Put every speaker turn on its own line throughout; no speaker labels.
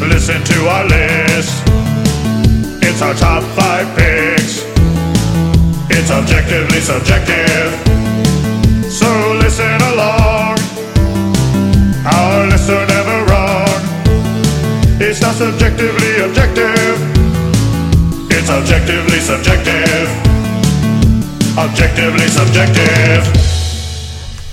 Listen to our list. It's our top five picks. It's objectively subjective. So listen along. Our lists are never wrong. It's not subjectively objective. It's objectively subjective. Objectively subjective.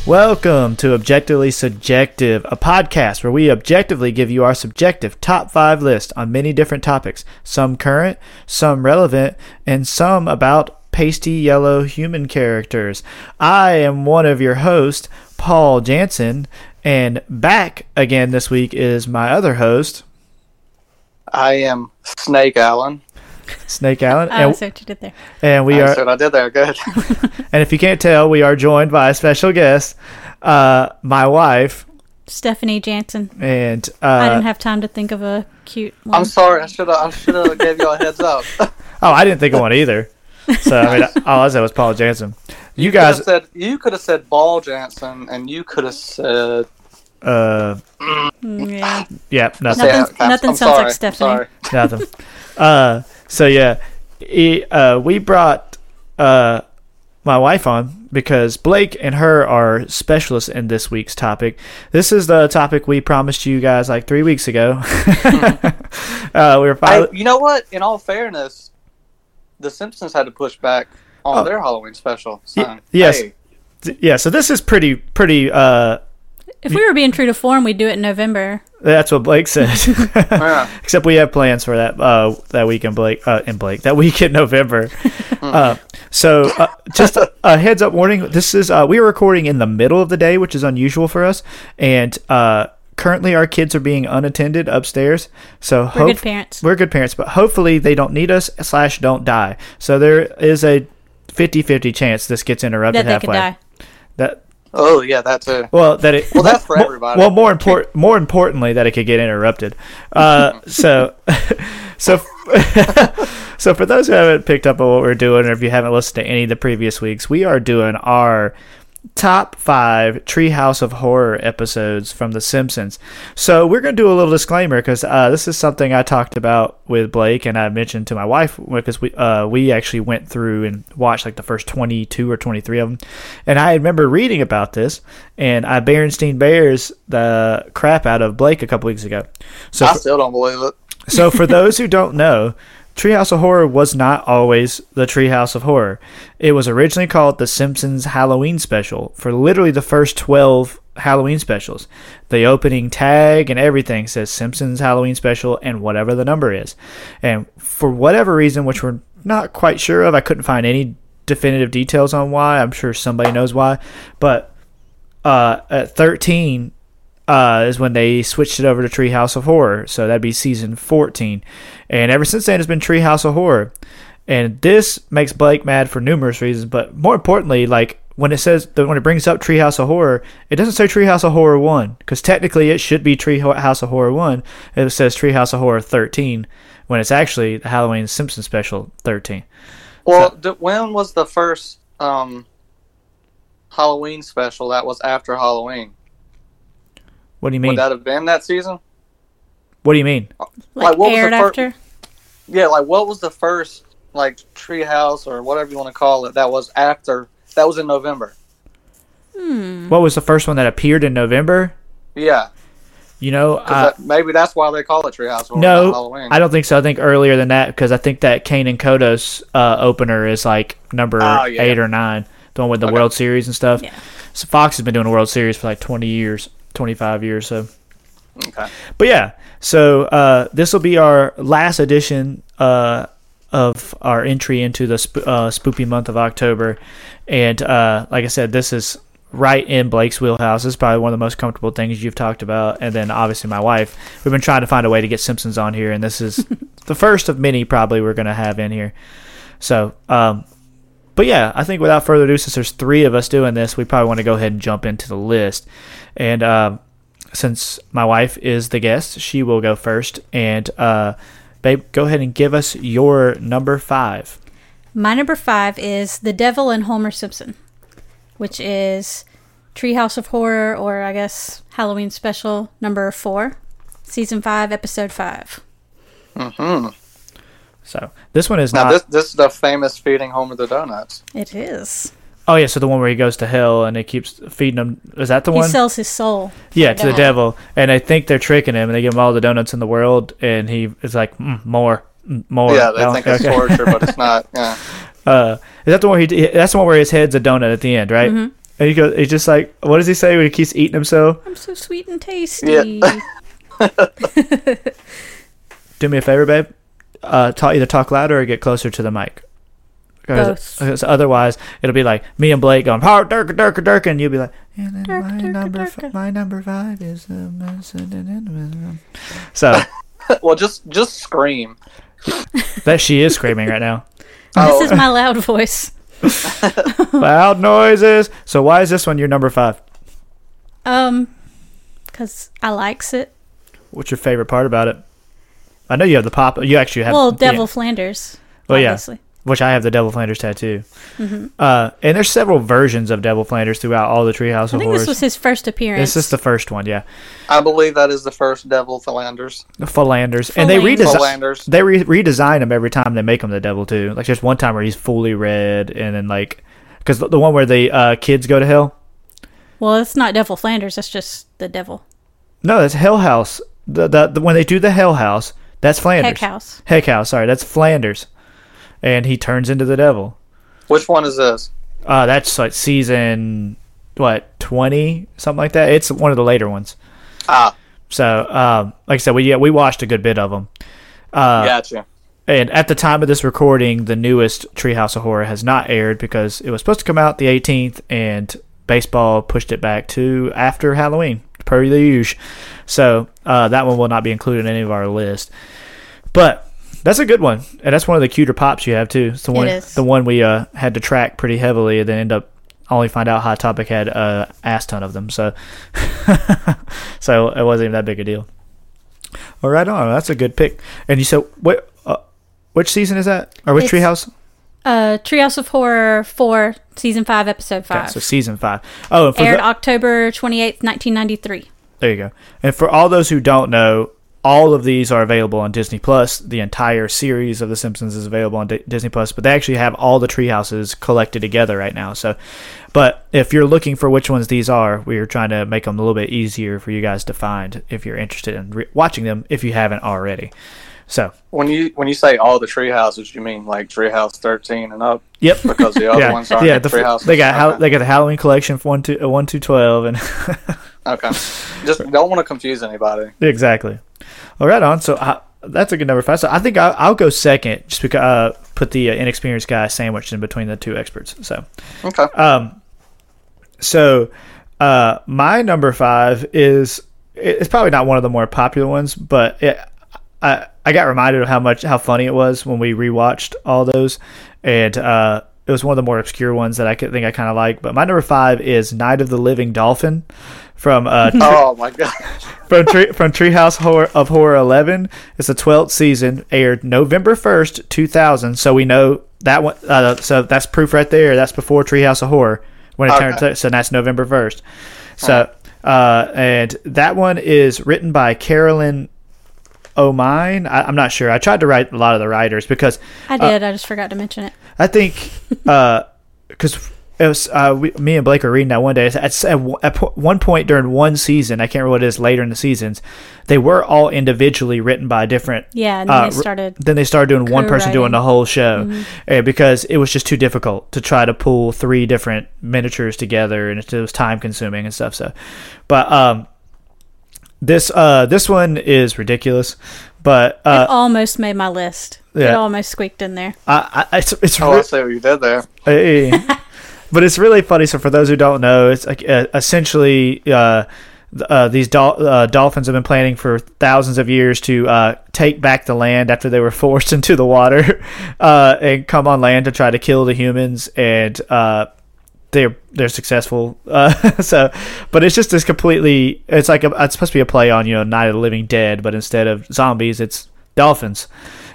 Welcome to Objectively Subjective, a podcast where we objectively give you our subjective top five list on many different topics, some current, some relevant, and some about pasty yellow human characters. I am one of your hosts, Paul Jansen, and back again this week is my other host,
I am Snake Allen.
Snake Allen.
I
And,
see what you did there.
and we
I
are
said I did there. Good.
and if you can't tell, we are joined by a special guest, uh, my wife,
Stephanie Jansen.
and uh,
I didn't have time to think of a cute one.
I'm sorry. I should have. I should have gave you a heads up.
Oh, I didn't think of one either. So I mean, all I said was Paul Jansen. You
could have
guys,
said you could have said Ball Jansen, and you could have said
uh,
Mm, Yeah.
Ah,
yeah, nothing,
Yeah,
Nothing- nothing
I'm
sounds like
sorry, I'm
Stephanie.
sorry.
nothing. Uh, so yeah, e- uh, we brought uh, my wife on because Blake and her are specialists in this week's topic. This is the topic we promised you guys like three weeks ago. uh, we were
I,
finally,
you know what? In all fairness, The Simpsons had to push back on
Oh.
their Halloween special. So,
Y- yes.
uh, hey,
yeah. So this is pretty, pretty. Uh,
If we were being true to form, we'd do it in November.
that's what Blake said.
yeah.
Except we have plans for that uh, that week in Blake uh, in Blake that week in November. uh, so uh, just a, a heads up warning: this is uh, we are recording in the middle of the day, which is unusual for us, and uh, currently our kids are being unattended upstairs. So
We're good parents.
We're good parents, but hopefully they don't need us slash don't die. So there is a 50-50 chance this gets interrupted
That they could
halfway.
die.
That
Oh yeah, that's a.
well, that it.
Well, that's for
mo-
everybody.
Well, more important, more importantly, that it could get interrupted. Uh, so, so, so for those who haven't picked up on what we're doing, or if you haven't listened to any of the previous weeks, we are doing our top five Treehouse of Horror episodes from The Simpsons. So we're going to do a little disclaimer because uh, this is something I talked about with Blake and I mentioned to my wife because we uh, we actually went through and watched like the first 22 or 23 of them. And I remember reading about this and I Berenstein Bears the crap out of Blake a couple weeks ago. So
I still don't believe it.
so for those who don't know, Treehouse of Horror was not always the Treehouse of Horror. It was originally called the Simpsons Halloween Special for literally the first 12 Halloween specials. The opening tag and everything says Simpsons Halloween Special and whatever the number is. And for whatever reason, which we're not quite sure of, I couldn't find any definitive details on why. I'm sure somebody knows why. But uh, at 13, uh, is when they switched it over to Treehouse of Horror. So that'd be season 14. And ever since then, it's been Treehouse of Horror. And this makes Blake mad for numerous reasons, but more importantly, like when it says when it brings up Treehouse of Horror, it doesn't say Treehouse of Horror One because technically it should be Treehouse of Horror One. It says Treehouse of Horror Thirteen when it's actually the Halloween Simpson Special Thirteen.
Well, d- when was the first um, Halloween special that was after Halloween?
What do you
Would
mean?
that have been that season?
what do you mean?
Like,
Like,
what was the
aired
fir-
after?
Yeah, like what was the first like treehouse or whatever you want to call it that was after that was in November?
What was the first one that appeared in November?
Yeah,
You know,
'cause
I-
that- maybe that's why they call it treehouse or
Uh, No,
not Halloween.
I don't think so. I think earlier than that because I think that Kane and Kodos uh, opener is like number
Oh, yeah.
eight or nine, the one with the World Series and stuff.
Yeah.
So Fox has been doing a World Series for like twenty years, twenty five years. So,
okay.
but yeah, so uh, this will be our last edition uh, of our entry into the sp- uh, spoopy month of October, and uh, like I said, this is right in Blake's wheelhouse. This is probably one of the most comfortable things you've talked about, and then obviously my wife. We've been trying to find a way to get Simpsons on here, and this is the first of many probably we're going to have in here. So, um, but yeah, I think without further ado, since there's three of us doing this, we probably want to go ahead and jump into the list. And um, since my wife is the guest, she will go first. And uh, babe, go ahead and give us your number five.
My number five is The Devil and Homer Simpson, which is Treehouse of Horror, or I guess Halloween special number four. season five, episode five.
So this one is
Now
not.
this this is the famous feeding Homer the donuts.
It is.
oh yeah, so the one where he goes to hell and it keeps feeding him. Is that the
He
one?
sells his soul.
yeah, to the
devil.
devil, and they think they're tricking him, and they give him all the donuts in the world, and he is like mm, more, mm, more.
yeah, they
Oh,
think it's
okay.
torture, but it's not. Yeah.
Uh, is that the one where he? That's the one where his head's a donut at the end, right? And he goes, he's just like, what does he say when he keeps eating himself?
I'm so sweet and tasty.
Do me a favor, babe. Uh, talk either talk louder or get closer to the mic. 'Cause-
Both.
'cause otherwise, it'll be like me and Blake going, "Power Durka Durka Durka," and you'll be like, and then
Durk,
my
durk,
number, f-
durk.
my number five is the most- so
well, just just scream.
that she is screaming right now.
Oh,
This is my loud voice.
Loud noises. So why is this one your number five?
Um, because I likes it.
What's your favorite part about it? I know you have the pop. You actually have
Well,
yeah.
Devil Flanders.
Well, Oh, yeah.
obviously.
which I have the Devil Flanders tattoo.
Mm-hmm.
Uh, and there's several versions of Devil Flanders throughout all the Treehouse
I
of
think
Horrors.
this was his first appearance.
This is the first one, yeah.
I believe that is the first Devil Philanders.
The Philanders, and they
Philanders.
redesign.
Philanders.
They re- redesign him every time they make him the devil too. Like there's one time where he's fully red, and then like because the, the one where the uh, kids go to hell.
well, it's not Devil Flanders. That's just the devil.
No, that's Hell House. The, the, the when they do the Hell House, that's Flanders.
Heck House.
Heck House. Sorry, that's Flanders, and he turns into the devil.
Which one is this?
Uh, that's like season what twenty something like that. It's one of the later ones.
Ah,
So, um, like I said, we yeah, we watched a good bit of Uh, them.
gotcha.
And at the time of this recording, the newest Treehouse of Horror has not aired because it was supposed to come out the 18th, and baseball pushed it back to after Halloween, per the usual. So uh, that one will not be included in any of our list. But that's a good one, and that's one of the cuter pops you have too. It's the one,
is.
the one we uh, had to track pretty heavily, and then end up I only find out Hot Topic had a ass ton of them. So, so it wasn't even that big a deal. All Oh, right, on. That's a good pick. And you said what? Uh, which season is that? Or which
It's
Treehouse?
Uh, Treehouse of Horror four, season five, episode
Okay,
five.
so season five. Oh, and for
aired
the-
October twenty eighth, nineteen ninety three.
There you go. And for all those who don't know, all of these are available on Disney Plus. The entire series of The Simpsons is available on D- Disney Plus, but they actually have all the tree houses collected together right now. So, but if you're looking for which ones these are, we are trying to make them a little bit easier for you guys to find if you're interested in re- watching them if you haven't already. So,
When you when you say all the tree houses, you mean like Treehouse thirteen and up?
yep.
Because the other ones aren't
yeah.
yeah,
The,
tree houses.
they got Hal-
okay.
they got the Halloween collection for one to uh, one to twelve and.
okay. Just don't want to confuse anybody.
Exactly. All right, on. So I, that's a good number five. So I think I, I'll go second, just because uh, put the uh, inexperienced guy sandwiched in between the two experts. So,
Okay.
Oh. so uh, my number five is it- it's probably not one of the more popular ones, but it, I I got reminded of how much how funny it was when we rewatched all those, and uh, it was one of the more obscure ones that I could think I kind of like. But my number five is Night of the Living Dolphin from uh,
oh my god.
from Tree, from Treehouse Horror of Horror 11. It's the 12th season, aired November 1st, 2000. So we know that one. Uh, so that's proof right there. That's before Treehouse of Horror when it
Okay.
turned. So that's November 1st. So uh, and that one is written by Carolyn O'Mine. I, I'm not sure. I tried to write a lot of the writers because
I did. I just forgot to mention it.
I think because it was uh, we, me and Blake were reading that one day. At, at, at po- one point during one season, I can't remember what it is later in the seasons, they were all individually written by different.
Yeah, and then
uh,
they
r-
started.
Then they started doing one person doing
co-writing.
the
Mm-hmm.
whole show uh, because it was just too difficult to try to pull three different miniatures together, and it was time consuming and stuff. So, but um, this uh, this one is ridiculous, but uh,
it almost made my list. It
yeah.
almost squeaked in there.
I, I, it's it's
Oh,
re-
I see what you did there.
Hey. Eh, but it's really funny. So for those who don't know, it's like uh, essentially uh, th- uh, these dol- uh, dolphins have been planning for thousands of years to uh, take back the land after they were forced into the water uh, and come on land to try to kill the humans and. Uh, they're they're successful. Uh, so, but it's just this completely. It's like a, it's supposed to be a play on you know Night of the Living Dead, but instead of zombies, it's dolphins,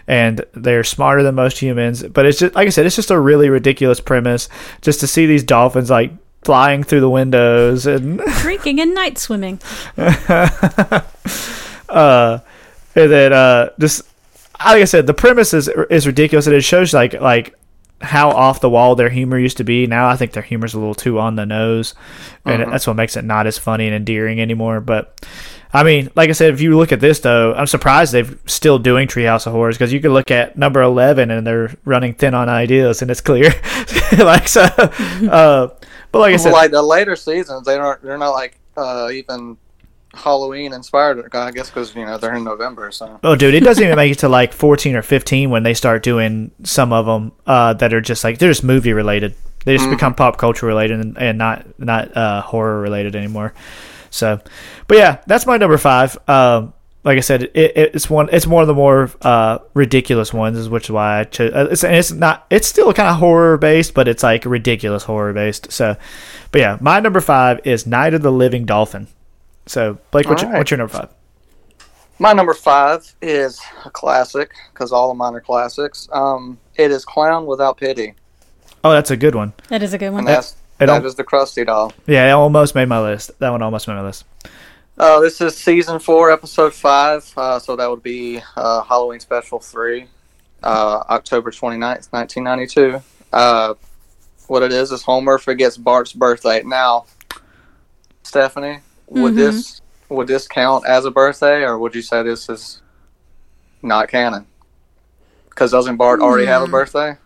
and they're smarter than most humans. But it's just like I said, it's just a really ridiculous premise. Just to see these dolphins like flying through the windows and
Drinking and night swimming.
Uh, and then uh, just like I said, the premise is is ridiculous, and it shows like like how off the wall their humor used to be. Now I think their humor's a little too on the nose, and that's what makes it not as funny and endearing anymore. But I mean, like I said, if you look at this though, I'm surprised they're still doing Treehouse of Horrors because you could look at number eleven and they're running thin on ideas, and it's clear. like so, uh, but like I said,
like the later seasons, they don't. They're not like uh, even Halloween inspired. I guess because you know they're in November, so
Oh, dude, it doesn't even make it to like 14 or 15 when they start doing some of them uh, that are just like they're just movie related. They just become pop culture related and, and not not uh, horror related anymore. So, but yeah, that's my number five. Um, like I said, it, it- it's one it's one of the more uh, ridiculous ones, which is why I chose. It's, and it's not it's still kind of horror based, but it's like ridiculous horror based. So, but yeah, my number five is Night of the Living Dolphin. So, Blake, what's, your,
Alright.
what's your number five?
my number five is a classic because all of mine are classics. Um, it is Clown Without Pity,
Oh, that's a good one.
That is a good one.
and that's
I don't-
that is the Krusty Doll.
Yeah, it almost made my list. That one almost made my list.
Uh, this is season four, episode five. Uh, so that would be uh, Halloween Special 3, uh, October 29th, 1992. Uh, what it is is Homer forgets Bart's birthday. Now, Stephanie, would
Mhm.
this would this count as a birthday, or would you say this is not canon? Because doesn't Bart already have a birthday?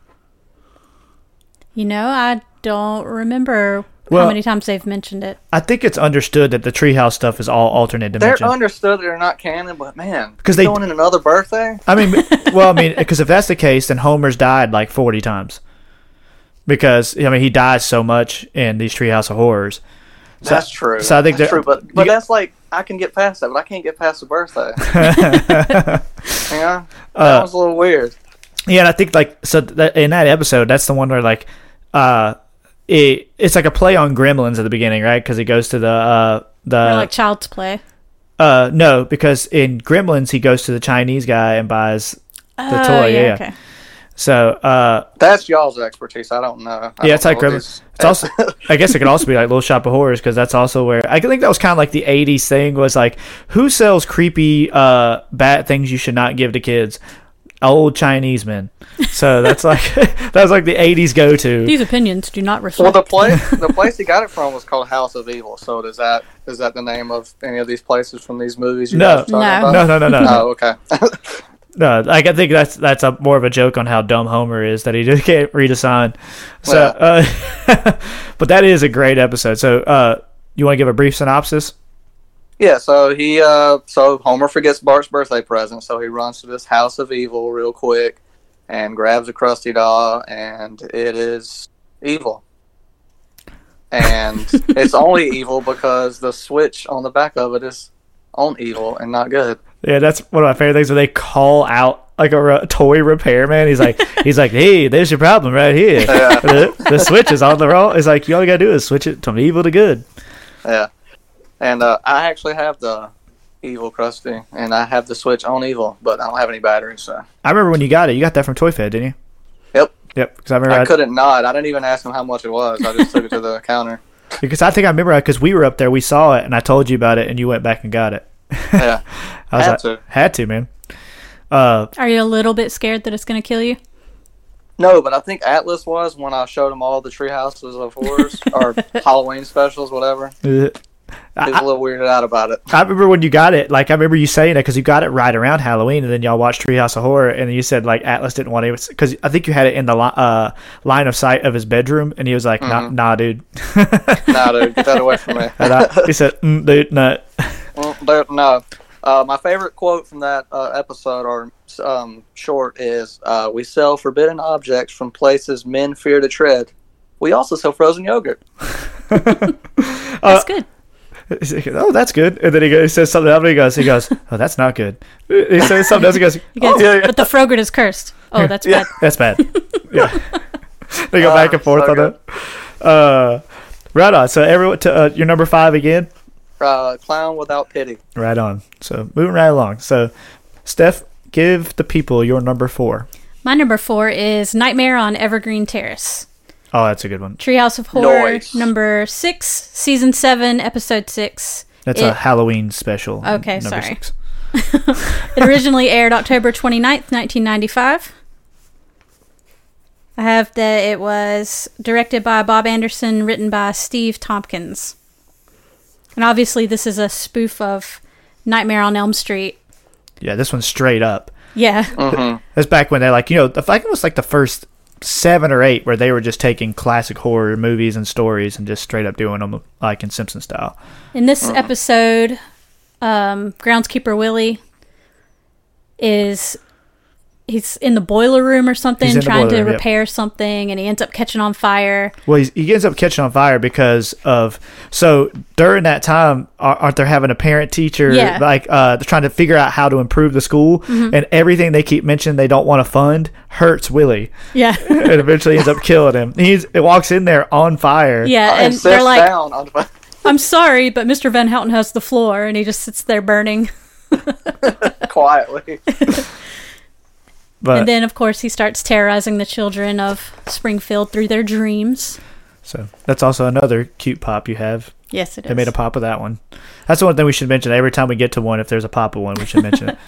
You know, I don't remember
Well-
how many times they've mentioned it.
I think it's understood that the treehouse stuff is all alternate
They're
dimension.
understood they're not canon, but man,
'Cause they-
throwing in another birthday.
I mean, well, I mean, because if that's the case, then Homer's died like forty times. Because I mean, he dies so much in these treehouse of horrors. So-
that's true.
so I think
that's
that-
true, but
you
but
get-
that's like I can get past that, but I can't get past the birthday. yeah, that
Uh,
was a little weird.
Yeah, and I think like so that, in that episode, that's the one where like, uh, it it's like a play on Gremlins at the beginning, right? Because he goes to the uh the
Or like Child's Play.
uh no, because in Gremlins he goes to the Chinese guy and buys the
Oh,
toy. yeah.
Okay.
So uh
That's y'all's expertise. I don't know. I
yeah,
don't
it's like
know
Gremlins.
what these-
It's also, I guess it could also be like Little Shop of Horrors because that's also where I think that was kind of like the '80s thing was like, who sells creepy, uh, bad things you should not give to kids? Old Chinese men. So that's like that was like the '80s go-to.
These opinions do not
Well,
reflect.
the place the place he got it from was called House of Evil. So does that is that the name of any of these places from these movies? You
No.
guys were talking
No.
about?
No, no, no, no,
Oh, okay.
no. Like I think that's that's a more of a joke on how dumb Homer is that he just can't read a sign. So, uh, but that is a great episode. So, uh, you want to give a brief synopsis?
Yeah, so he uh so Homer forgets Bart's birthday present, so he runs to this house of evil real quick and grabs a crusty doll and it is evil. And it's only evil because the switch on the back of it is on evil and not good.
Yeah, that's one of my favorite things when they call out like a re- toy repairman. He's like, he's like, hey, there's your problem right here. The, the switch is on the wrong. It's like you all you gotta do is switch it from evil to good.
Yeah. And uh, I actually have the evil crusty and I have the switch on evil, but I don't have any batteries, so
I remember when you got it. You got that from Toy Fed, didn't you?
Yep.
Yep. Because I
I
remember
couldn't nod. I didn't even ask him how much it was. I just took it to the counter.
I- because I think I remember because we were up there, we saw it, and I told you about it, and you went back and got it.
Yeah.
I was
Had
like,
to.
had to, man. Uh,
Are you a little bit scared that it's going to kill you?
No, but I think Atlas was when I showed him all the tree houses of horrors or Halloween specials, whatever. He
I,
was a little weirded out about it.
I remember when you got it. Like I remember you saying it because you got it right around Halloween, and then y'all watched Treehouse of Horror, and you said like Atlas didn't want it because I think you had it in the li- uh, line of sight of his bedroom, and he was like,
Mm-hmm.
"Nah, nah dude."
No, dude, get that away from me.
And I- he said, mm, "Dude, no."
Mm, dude, no. Uh, my favorite quote from that uh, episode or um, short is uh, We sell forbidden objects from places men fear to tread. We also sell frozen yogurt.
That's
Uh,
good.
He's like, oh, that's good. And then he, goes, he says something else. And he goes, he goes, oh, that's not good. He says something else. He goes,
Guys,
oh, yeah, yeah,
But the Frogurt is cursed. Oh, that's bad.
that's bad. Yeah, they go
Ah,
back and forth
so
on that. Uh, right on. So everyone, to, uh, your number five again.
Uh, clown without pity.
Right on. So moving right along. So, Steph, give the people your number four.
My number four is Nightmare on Evergreen Terrace.
Oh, that's a good one.
Treehouse of Horror,
Nice.
number six, season seven, episode six.
That's a
It-
Halloween special.
Okay, sorry.
Six.
It originally aired October 29th, 1995. I have that it was directed by Bob Anderson, written by Steve Tompkins. And obviously, this is a spoof of Nightmare on Elm Street.
Yeah, this one's straight up.
Yeah.
That's back when they like you know the- I think it was like the first seven or eight where they were just taking classic horror movies and stories and just straight up doing them like in Simpson style.
In this
Uh-huh.
episode, um, groundskeeper Willie is he's in the boiler room or
He's
something,
in the
trying
boiler
to
room, yep.
repair something, and he ends up catching on fire.
Well, he's, he ends up catching on fire because of so during that time, ar- aren't they having a parent teacher
Yeah. Mm-hmm.
like uh, they're trying to figure out how to improve the school and everything they keep mentioning they don't want to fund hurts Willie
Yeah,
and eventually ends up killing him. He's he walks in there on fire.
yeah,
and
Uh, and they're
sits
like,
down on the
"I'm sorry, but Mr. Van Houten has the floor," and he just sits there burning.
quietly.
but Uh,
and then, of course, he starts terrorizing the children of Springfield through their dreams.
so that's also another cute pop you have.
Yes, it is.
They made a pop of that one. That's the one thing we should mention every time we get to one. If there's a pop of one, we should mention it.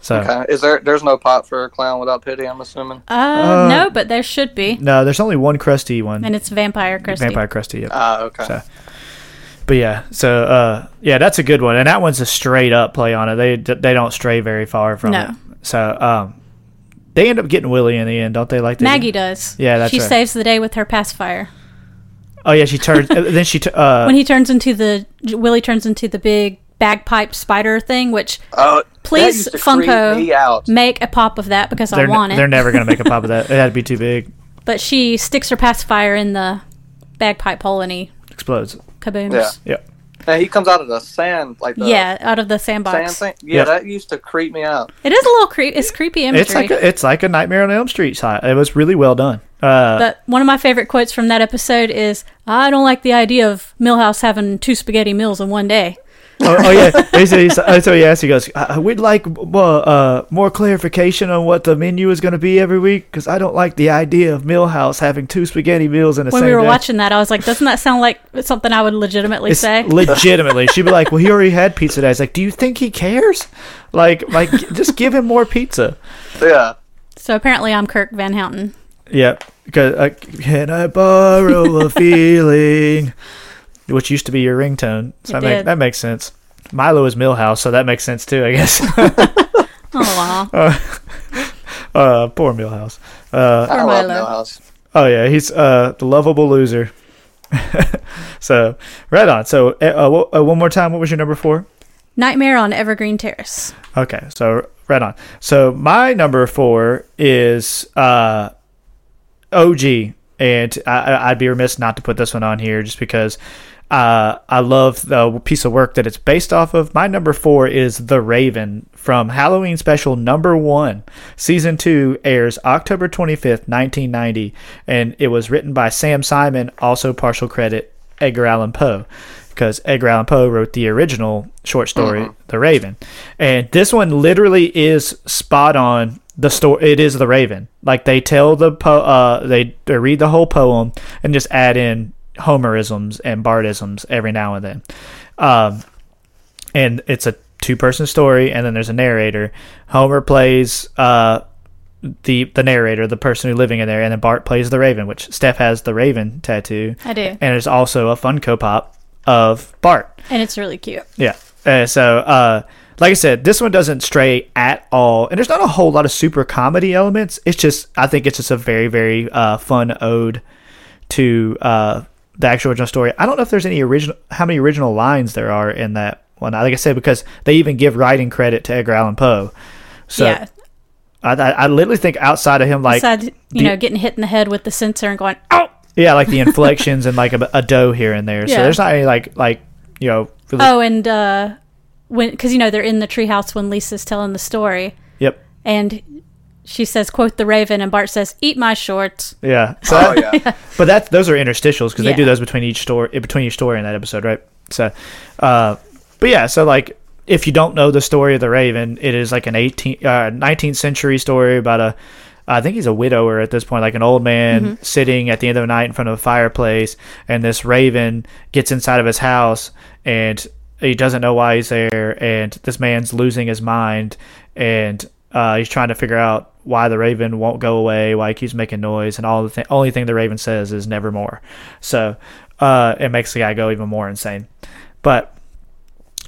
So
Okay. Uh, Is there? There's no pot for a clown without pity. I'm assuming.
uh, no, but there should be,
Oh. no, there's only one crusty one.
and it's Vampire Christie.
Vampire crusty. Yep.
Ah, okay.
Uh, So- But yeah, so uh, yeah, that's a good one, and that one's a straight up play on it. They they don't stray very far from
No.
it. So um, they end up getting Willie in the end, don't they? Like they
Maggie does.
Yeah, that's
she
right.
saves the day with her pacifier.
Oh yeah, she turns. uh, then she. T- uh,
when he turns into the Willie turns into the big bagpipe spider thing, which
Oh, that
Please,
used to creep
Funko.
me out.
make a pop of that because I
they're,
want it.
they're never gonna make a pop of that. It had to be too big.
but she sticks her pacifier in the bagpipe hole and he
Explodes.
kabooms.
Yeah.
Yep.
Yeah, he comes out of the sand like the
Yeah, out of the
sand
sandbox.
thing. Yeah,
Yeah.
that used to creep me out.
It is a little creepy. It's creepy imagery.
It's like a, it's like a Nightmare on Elm Street side. It was really well done. Uh,
but one of my favorite quotes from that episode is, "I don't like the idea of Millhouse having two spaghetti meals in one day."
oh, oh, yeah, He said- he said- so he asked. He goes, "Uh, "We'd like uh, uh, more clarification on what the menu is going to be every week because I don't like the idea of Millhouse having two spaghetti meals in the
When
same
we were
day."
watching that, I was like, "Doesn't that sound like something I would legitimately
It's
say?"
legitimately, she'd be like, "Well, he already had pizza today." It's like, "Do you think he cares? Like, like, just give him more pizza."
Yeah.
so apparently, I'm Kirk Van Houten.
Yeah, because uh, can I borrow a feeling, which used to be your ringtone. So
It
that, make,
did.
that makes sense. Milo is Millhouse, so that makes sense too, I guess.
Oh, wow.
uh, poor Millhouse. Uh,
I
Or
love
Milo.
Millhouse.
Oh yeah, he's uh, the lovable loser. so right on. So uh, uh, wo- uh, one more time, what was your number four?
Nightmare on Evergreen Terrace.
Okay, so right on. So my number four is uh, OG, and I- I, I'd be remiss not to put this one on here just because uh, I love the piece of work that it's based off of. My number four is The Raven from Halloween Special Number One, Season Two airs October twenty fifth, nineteen ninety, and it was written by Sam Simon. Also, partial credit Edgar Allan Poe because Edgar Allan Poe wrote the original short story, The Raven. And this one literally is spot on the story. It is The Raven. Like they tell the po, uh, they, they read the whole poem and just add in Homerisms and Bardisms every now and then. Um, and it's a two person story, and then there's a narrator. Homer plays uh, the the narrator, the person who's living in there, and then Bart plays the Raven, which Steph has the Raven tattoo.
I do.
And there's also a Funko Pop of Bart.
And it's really cute.
Yeah. Uh, so, uh, like I said, this one doesn't stray at all, and there's not a whole lot of super comedy elements. It's just, I think it's just a very, very uh, fun ode to uh, the actual original story. I don't know if there's any original, how many original lines there are in that one. Like I said, because they even give writing credit to Edgar Allan Poe. So
yeah.
I, I, I literally think outside of him, like
Besides, you
the-
know, getting hit in the head with the sensor and going, oh,
yeah, like the inflections and like a, a doe here and there. So
Yeah.
there's not any like like you know. Really,
oh, and uh, when, because, you know, they're in the treehouse when Lisa's telling the story.
Yep.
And she says, quote the raven, and Bart says, eat my shorts.
Yeah. So
Oh
that-
yeah.
But that those are interstitials because they do
Yeah.
those between each story between each story in that episode, right? So, uh, but yeah, so like if you don't know the story of the Raven, it is like an 18, uh, 19th century story about a I think he's a widower at this point, like an old man sitting at the end of the night in front of a fireplace, and this raven gets inside of his house and he doesn't know why he's there, and this man's losing his mind, and uh, he's trying to figure out why the Raven won't go away, why he keeps making noise, and all the th- only thing the Raven says is "nevermore." So uh, it makes the guy go even more insane. But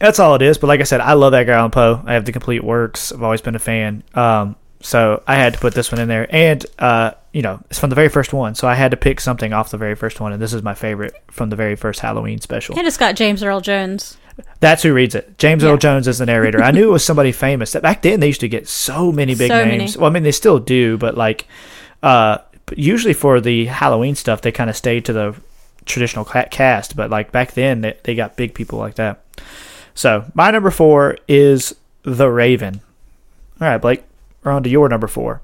that's all it is. But like I said, I love Edgar Allan Poe. I have the complete works. I've always been a fan. Um, so I had to put this one in there, and uh, you know, it's from the very first one. So I had to pick something off the very first one, and this is my favorite from the very first Halloween special.
And it's got James Earl Jones.
That's who reads it. James
Yeah.
Earl Jones is the narrator. I knew it was somebody famous. Back then, they used to get so many big
So many.
names. Well, I mean, they still do, but like, uh, but usually for the Halloween stuff, they kind of stayed to the traditional ca- cast. But like back then, they, they got big people like that. So my number four is The Raven. All right, Blake, we're on to your number four.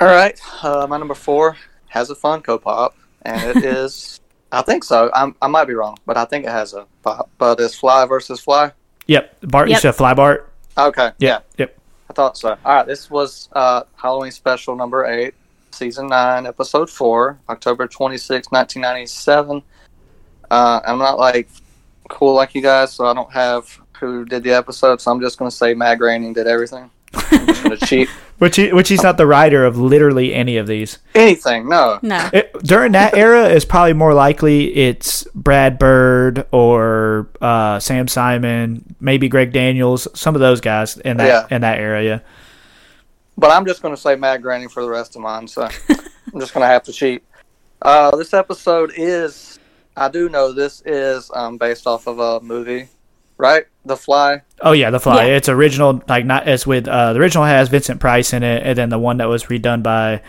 All right, uh, my number four has a Funko Pop, and it is. I think so. I'm, I might be wrong, but I think it has a pop. But it's Fly versus Fly.
Yep, Bart. You
Yep.
said Fly Bart.
Okay. Yeah,
Yep.
I thought so. All right, this was uh, Halloween special number eight, season nine, episode four, October 26, 1997. Uh, I'm not like cool like you guys, so I don't have who did the episode, so I'm just going to say Matt Groening did everything. I'm just going to cheat.
Which he, which he's
Oh.
not the writer of literally any of these.
Anything, no.
No.
It, during that era, it's probably more likely it's Brad Bird or uh, Sam Simon, maybe Greg Daniels, some of those guys in that
Yeah.
in that area.
But I'm just going to say Matt Groening for the rest of mine, so I'm just going to have to cheat. Uh, this episode is, I do know this is um, based off of a movie, right? The Fly.
Oh yeah, The Fly.
Yeah.
It's original, like not it's with uh, the original has Vincent Price in it, and then the one that was redone by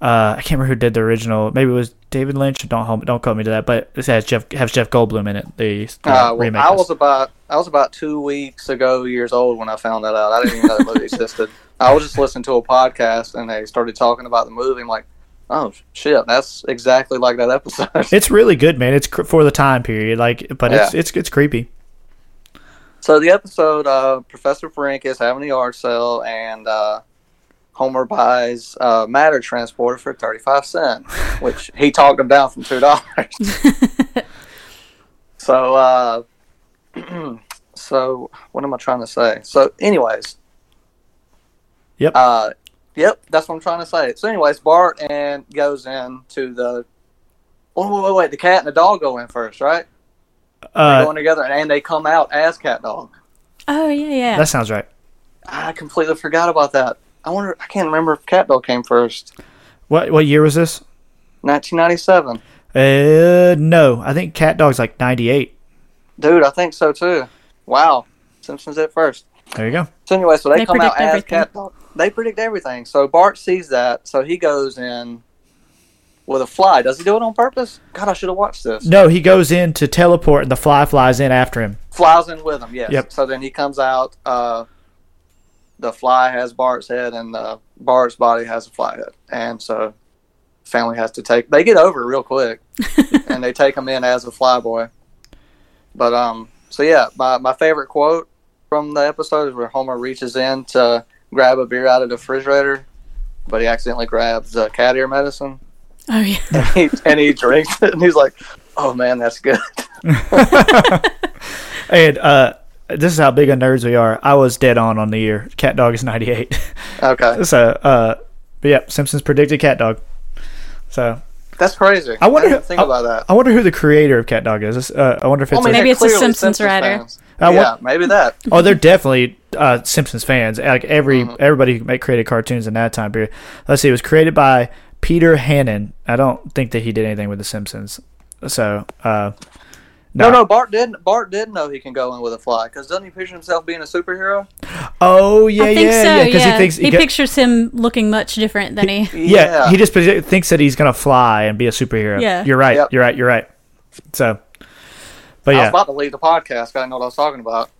uh, I can't remember who did the original. Maybe it was David Lynch. Don't hold, don't quote me to that, but it has Jeff has Jeff Goldblum in it. The, the
Uh, well,
remake.
I
was-
was about I was about two weeks ago years old when I found that out. I didn't even know the movie existed. I was just listening to a podcast and they started talking about the movie. I'm like, oh shit, that's exactly like that episode.
it's really good, man. It's cr- for the time period, like, but it's it's it's creepy.
so the episode, uh, Professor Frink is having a yard sale and uh, Homer buys uh, matter transporter for thirty five cent, which he talked him down from two dollars. so, uh, so what am I trying to say? So, anyways.
Yep.
Uh, yep, that's what I'm trying to say. So, anyways, Bart and goes in to the. Oh, wait, wait, wait. The cat and the dog go in first, right? They
Uh,
go in together, and, and they come out as cat dog.
Oh yeah, yeah.
that sounds right.
I completely forgot about that. I wonder. I can't remember if cat dog came first.
What what year was this?
1997,
Uh, no, I think Cat Dog's like ninety eight.
dude. I think so too. Wow, Simpsons at first.
There you go.
So anyway, so they,
They
come out
predict
as
everything.
cat dog. They predict everything. So Bart sees that, so he goes in with a fly. Does he do it on purpose? God, I should have watched this.
No, he goes in to teleport, and the fly flies in after him.
flies in with him. Yes.
Yep.
So then he comes out. Uh, the fly has Bart's head, and uh, Bart's body has a fly head, and so family has to take. They get over it real quick, and they take him in as a fly boy. But um, so yeah, my my favorite quote from the episode is where Homer reaches in to grab a beer out of the refrigerator, but he accidentally grabs uh, cat ear medicine,
Oh yeah.
and he, and he drinks it, and he's like, "Oh man, that's good."
And uh, this is how big of nerds we are. I was dead on on the year. Cat Dog is ninety eight.
okay,
so, uh, but yeah, Simpsons predicted Cat Dog. So
that's crazy.
I wonder.
didn't
who-
think
I-
about that.
I wonder who the creator of Cat Dog is. This- Uh, I wonder if it's. a-
Well,
mean, Maybe
they're
it's a
clearly
Simpsons writer.
fans.
Uh,
yeah,
what-
maybe that.
oh, they're definitely uh, Simpsons fans. Like every
Uh-huh.
everybody who made created cartoons in that time period. Let's see, it was created by Peter Hannon. I don't think that he did anything with the Simpsons. So uh,
No, no, Bart did. Bart did know he can go in with a fly because doesn't he picture himself being a superhero?
Oh yeah,
I think
yeah,
so.
yeah.
Yeah.
Because he thinks he, ca-
pictures him looking much different than he.
yeah, he just predi- thinks that he's gonna fly and be a superhero.
Yeah.
you're right.
Yep.
You're right. You're right. So, but
I was
yeah,
about to leave the podcast. I didn't know what I was talking about.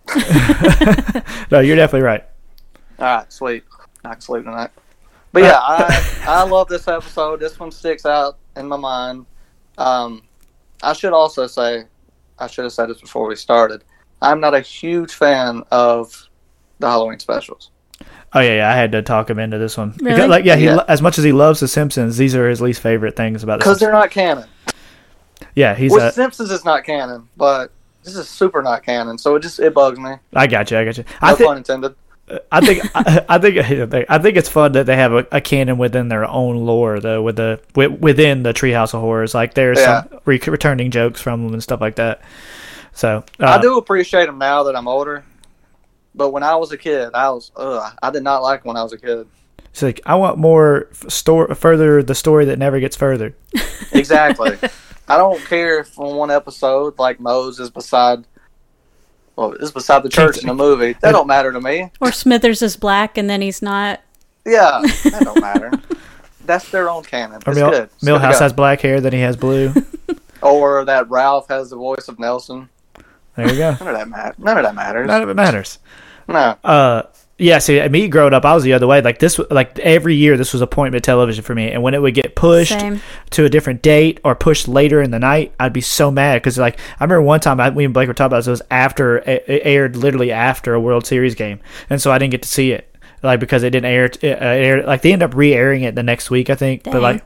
no, you're definitely right.
All right, sweet. I can sleep tonight.
Uh,
But yeah, I I love this episode. This one sticks out in my mind. Um, I should also say, I should have said this before we started. I'm not a huge fan of the Halloween specials.
Oh yeah, yeah. I had to talk him into this one.
Really?
Because, like yeah, he
Yeah.
lo- as much as he loves The Simpsons, these are his least favorite things about the Simpsons.
because they're not canon.
Yeah, he's
Which
a
Simpsons is not canon, but This is super not canon, so it just it bugs me. No
I got you. I got you. I think
pun intended.
I think I, I think I think it's fun that they have a, a canon within their own lore though, with the wi- within the Treehouse of Horrors. Like there's some re- returning jokes from them and stuff like that. So uh,
I do appreciate them now that I'm older, but when I was a kid, I was ugh, I did not like when I was a kid.
It's like I want more f- store further the story that never gets further.
Exactly. I don't care if on one episode like Mose is beside well, is beside the church in the movie. That don't matter to me.
Or Smithers is black and then he's not.
Yeah, that don't matter. That's their own canon.
Or
It's
Mil-
good. It's good to
Millhouse
go.
has black hair, then he has blue.
or that Ralph has the voice of Nelson.
There you go.
None of that matter. None of that matters.
None of it matters.
no.
Uh, yeah. See, me growing up, I was the other way. Like this, like every year, this was appointment television for me. And when it would get pushed
Same.
to a different date or pushed later in the night, I'd be so mad because like I remember one time I, we and Blake were talking about this, it was after it it aired literally after a World Series game, and so I didn't get to see it. Like because it didn't air, it, uh, aired, like they end up re-airing it the next week, I think. But
Dang.
like,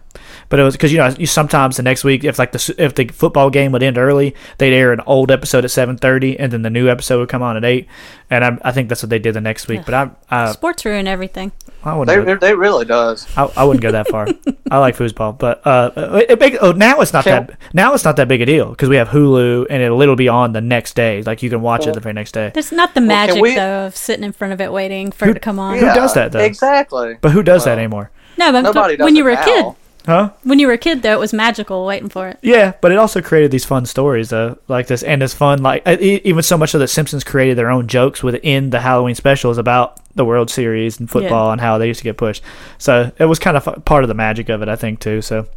but it was because you know you sometimes the next week if like the s- if the football game would end early, they'd air an old episode at seven thirty, and then the new episode would come on at eight. And I, I think that's what they did the next week. But I I,
Sports ruin everything.
I
They,
wouldn't go,
they, they really does.
I, I wouldn't go that far. I like foosball, but uh, it, it make, oh, now it's not that now it's not that big a deal because we have Hulu and it'll literally be on the next day. Like you can watch it the very next day.
There's not the
can
magic
we-
though of sitting in front of it waiting for it to come on.
Who does that, though?
Exactly.
But who does that
Well,
anymore?
No, but I'm
Nobody
talking-
does
when you
it
were a kid,
now.
Huh?
when you were a kid though, it was magical waiting for it.
Yeah, but it also created these fun stories, though, like this, and it's fun, like e- even so much so that Simpsons created their own jokes within the Halloween specials about the World Series and football and how they used to get pushed. So it was kind of fu- part of the magic of it, I think, too. So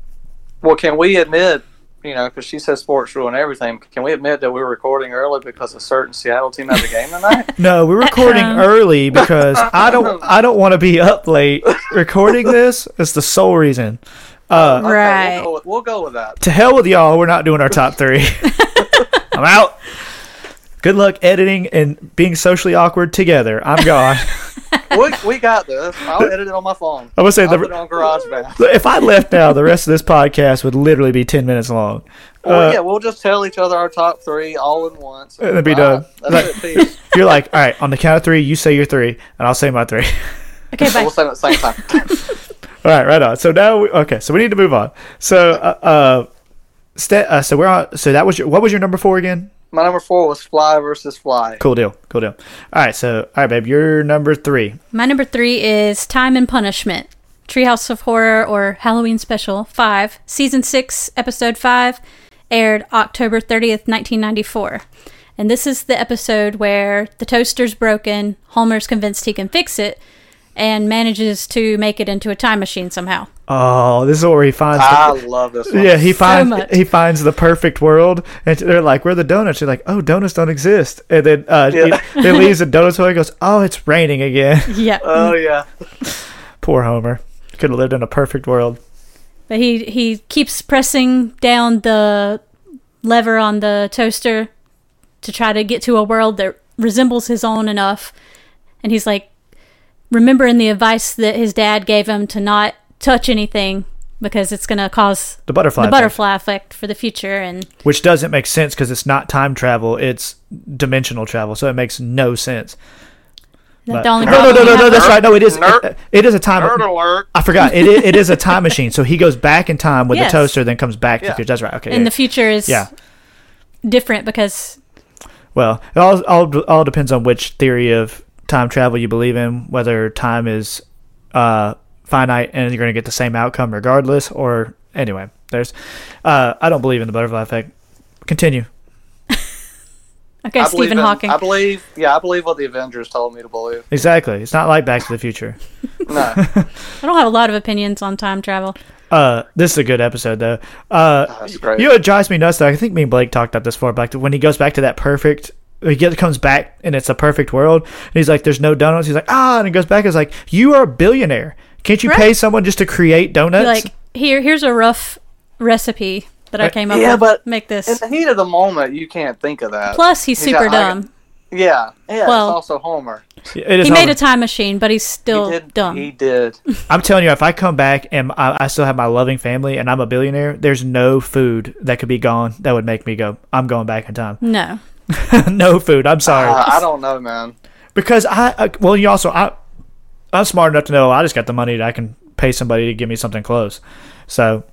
Well, can we admit, you know, because she says sports ruin everything. Can we admit that we were recording early because a certain Seattle team had a game tonight?
no, we're recording
home.
early because I don't, I don't want to be up late recording this. It's the sole reason.
Okay,
right.
we'll, go with, we'll go with that.
To hell with y'all. We're not doing our top three. I'm out. Good luck editing and being socially awkward together. I'm gone.
we, we got this. I'll edit it on my phone.
I would say
I'll
the-
put it on GarageBand.
Look, if I left now, the rest of this podcast would literally be ten minutes long.
Well, yeah, we'll just tell each other our top three all in once.
It'll Uh, be
Bye.
done.
That's
Like-
it. Peace.
You're like, all right, on the count of three, you say your three, and I'll say my three.
Okay,
We'll
bye.
say it at the same time.
all right, right on. So now, we, okay, so we need to move on. So, uh, uh, sta uh, so we're on. So that was your. What was your number four again?
My number four was Fly versus Fly.
Cool deal. Cool deal. All right, so all right, babe, you're number three.
My number three is Time and Punishment. Treehouse of Horror or Halloween Special 5, Season 6, Episode 5, aired October 30th, 1994. And this is the episode where the toaster's broken, Homer's convinced he can fix it, and manages to make it into a time machine somehow.
Oh, this is where he finds.
I
The,
love this one.
yeah, he finds
much.
he finds the perfect world, and they're like, "Where are the donuts?" You're like, "Oh, donuts don't exist." And then uh,
Yeah.
he, he leaves the donuts. Away, goes, "Oh, it's raining again."
Yeah.
Oh, yeah.
Poor Homer. Could have lived in a perfect world.
But he he keeps pressing down the lever on the toaster to try to get to a world that resembles his own enough. And he's like remembering the advice that his dad gave him to not touch anything because it's going to cause
The butterfly.
the
effect,
butterfly effect for the future and
which doesn't make sense because it's not time travel; it's dimensional travel. So it makes no sense.
that
But-
the only
no, no,
problem
no,
you
no, no.
have-
That's right. No, it is.
Nerd-
it- it is a time.
Nerd alert.
I forgot. It, i- it is a time machine. So he goes back in time with
Yes.
the toaster, then comes back. to
Yeah.
the future. That's right. Okay.
and
yeah.
the future is
Yeah.
different because
Well, it all, all all depends on which theory of time travel you believe in, whether time is uh, finite and you're going to get the same outcome regardless, or anyway, there's. Uh, I don't believe in the butterfly effect. Continue.
okay,
I believe
Stephen
in-
Hawking.
I believe, yeah, I believe what the Avengers told me to believe.
Exactly. It's not like Back to the Future.
No.
I don't have a lot of opinions on time travel.
Uh, this is a good episode though. Uh,
that's great.
You know, it drives me nuts. Though. I think me and Blake talked about this before. Back to when he goes back to that perfect. He get, comes back and it's a perfect world. And he's like, "There's no donuts." He's like, "Ah!" And he goes back. and He's like, "You are a billionaire. Can't you
Right.
pay someone just to create donuts?"
like here here's a rough recipe that I came up
Yeah,
with.
but
make
In
this.
the heat of the moment, you can't think of that.
Plus he's
He's got-
super
I got-
dumb.
yeah, yeah.
Well-
it's also Homer.
It is
He made
hard.
a time machine, but he's still
he did.
dumb.
He did. Uh,
I'm telling you, if I come back and I, I still have my loving family and I'm a billionaire, there's no food that could be gone that would make me go. I'm going back in time.
no.
no food. I'm sorry.
Uh, I don't know, man.
because I uh, well, you also I I'm smart enough to know I just got the money that I can pay somebody to give me somethething close. So,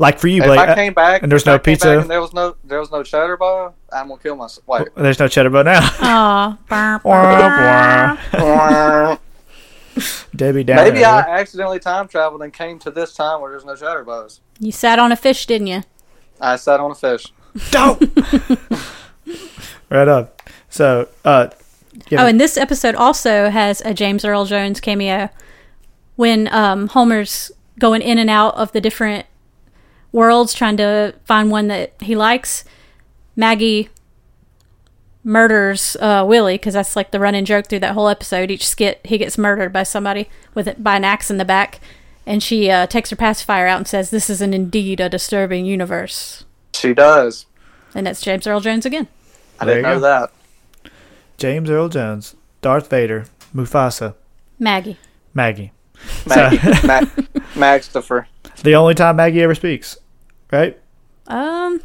like for you,
If
Blake,
I
uh,
came back
and there's
if
no
I came back
pizza?
and there was no there was no cheddar bar, I'm gonna kill myself. Wait.
there's no cheddar bun now.
Aw. burr, burr, burr.
Wah, wah. Debbie Downer.
Maybe
over
I
here.
accidentally time traveled and came to this time where there's no cheddar bars.
You sat on a fish, didn't you?
I sat on a fish.
don't. right up. So, uh, Yeah.
Oh, and this episode also has a James Earl Jones cameo when um, Homer's going in and out of the different worlds trying to find one that he likes. Maggie murders uh, Willie because that's like the running joke through that whole episode. Each skit, he gets murdered by somebody with it, by an axe in the back, and she uh, takes her pacifier out and says, "This is an indeed a disturbing universe."
She does.
And that's James Earl Jones again.
I
There
didn't
you
know
go.
that.
James Earl Jones, Darth Vader, Mufasa,
Maggie.
Maggie.
Mag- Mag- Magstifer.
The only time Maggie ever speaks, right?
Um,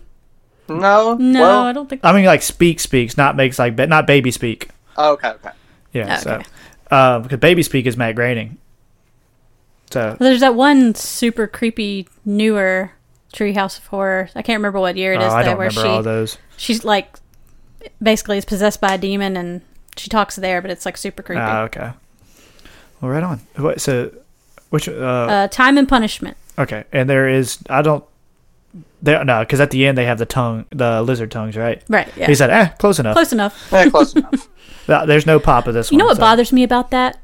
No.
no,
Well,
I don't think.
I mean, like speak speaks, not makes like ba- not baby speak.
Okay. Okay.
Yeah. So,
Oh, Okay.
uh, because baby speak is Matt Groening. So
Well, There's that one super creepy newer Treehouse of Horror. I can't remember what year it
oh,
is
I
though,
don't
where
remember all
she
those.
she's like basically is possessed by a demon and she talks there, but it's like super creepy.
Ah,
Uh,
okay. Well, right on. What, so, which? Uh,
Time and Punishment.
okay, and there is. I don't. There no, because at the end they have the tongue, the lizard tongues, right?
Right. Yeah.
He said, "Eh, close enough."
Close enough.
Yeah, close enough.
Th- There's no pop of this
You
one.
know what
so-
bothers me about that?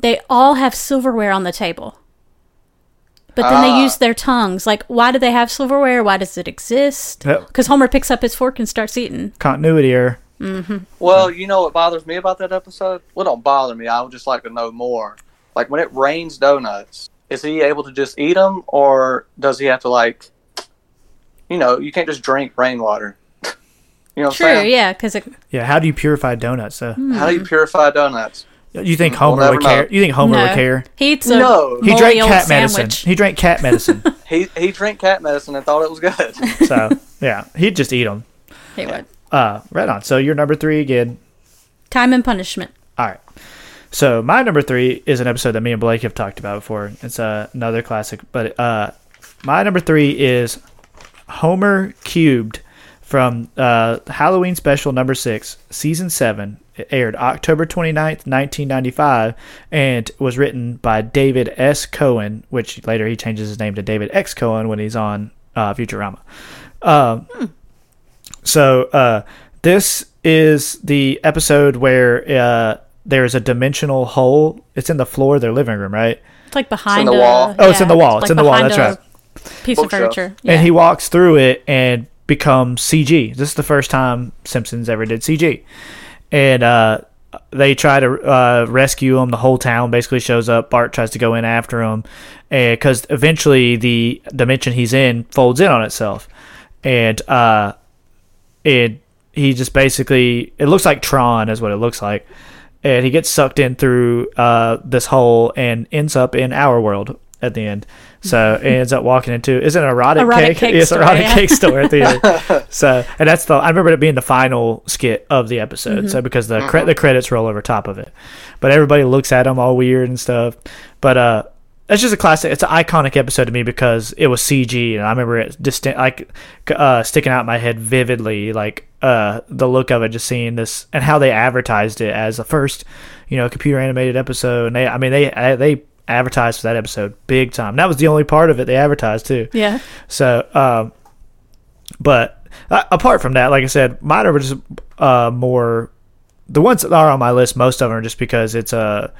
They all have silverware on the table. But then they
Ah.
use their tongues. Like, why do they have silverware? Why does it exist?
Yep.
Because Homer picks up his fork and starts eating.
Continuity error.
Well, you know what bothers me about that episode? Well, it don't bother me. I would just like to know more. Like when it rains donuts, is he able to just eat them, or does he have to like, you know, you can't just drink rainwater. you know what
True,
I'm saying?
yeah, because it
Yeah, how do you purify donuts? though?
Hmm.
How do you purify donuts?
You think
We'll
Homer
never
would
know.
care? You think Homer
no.
would care?
He eats a
No.
He
moldy
drank
old
cat
sandwich.
medicine. He drank cat medicine.
He he drank cat medicine and thought it was good.
so yeah, he'd just eat them.
He would.
Uh, right on. So you're number three again.
Time and Punishment.
All right. So my number three is an episode that me and Blake have talked about before. It's uh, another classic, but uh, my number three is Homer Cubed from uh, Halloween Special number six, season seven. It aired October 29th, 1995, and was written by David S. Cohen, which later he changes his name to David X. Cohen when he's on uh, Futurama. So uh, this is the episode where uh, there is a dimensional hole. It's in the floor of their living room, right?
It's like behind
the
a,
wall.
Oh, it's in the wall. It's in the wall,
behind
that's
a Piece of
Bookshelf.
furniture.
And he walks through it and becomes CG. This is the first time Simpsons ever did CG, and uh, they try to uh, rescue him. The whole town basically shows up. Bart tries to go in after him, because eventually the dimension he's in folds in on itself, and uh, it he just basically it looks like Tron is what it looks like, and he gets sucked in through uh, this hole and ends up in our world at the end. So it ends up walking into is it an erotic,
Erotic
cake?
cake
yes,
store,
erotic
yeah.
cake store at the end. so and that's the I remember it being the final skit of the episode. So because the cre- the credits roll over top of it, but everybody looks at him all weird and stuff. But uh. That's just a classic. It's an iconic episode to me because it was CG, and I remember it distinct, like uh, sticking out in my head vividly, like uh, the look of it, just seeing this and how they advertised it as the first, you know, computer animated episode. And they, I mean, they uh, they advertised for that episode big time. That was the only part of it they advertised too.
Yeah.
So, um, but uh, apart from that, like I said, mine are just uh, more the ones that are on my list. Most of them are just because it's Uh,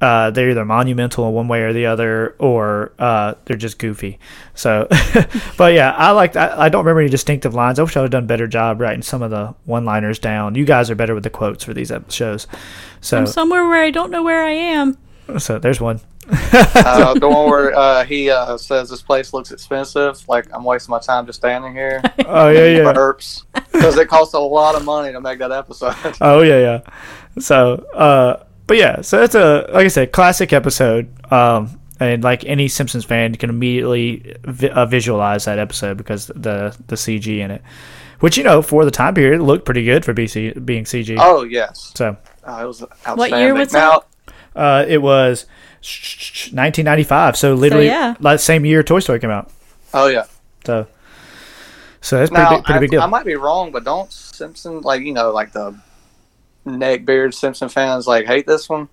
uh, they're either monumental in one way or the other, or uh, they're just goofy. So, but yeah, I like. I, I don't remember any distinctive lines. I wish I would have done a better job writing some of the one-liners down. You guys are better with the quotes for these ep- shows. So,
I'm somewhere where I don't know where I am.
so there's one.
Uh, the one where uh, he uh, says this place looks expensive. Like I'm wasting my time just standing here.
Oh yeah, yeah.
Burps. Because it costs a lot of money to make that episode.
Oh yeah, yeah. So, uh, but yeah, so that's a like I said, classic episode. Um, and like any Simpsons fan, you can immediately vi- uh, visualize that episode because the the CG in it, which you know for the time period looked pretty good for BC being CG.
Oh yes,
So
oh, it was outstanding.
What year was
now,
that?
uh, it was 1995. So literally,
yeah.
like, same year Toy Story came out.
Oh yeah.
So, so that's pretty
Now
big, pretty
I,
big deal.
I might be wrong, but don't Simpson like you know like the neckbeard Simpson fans like hate this one.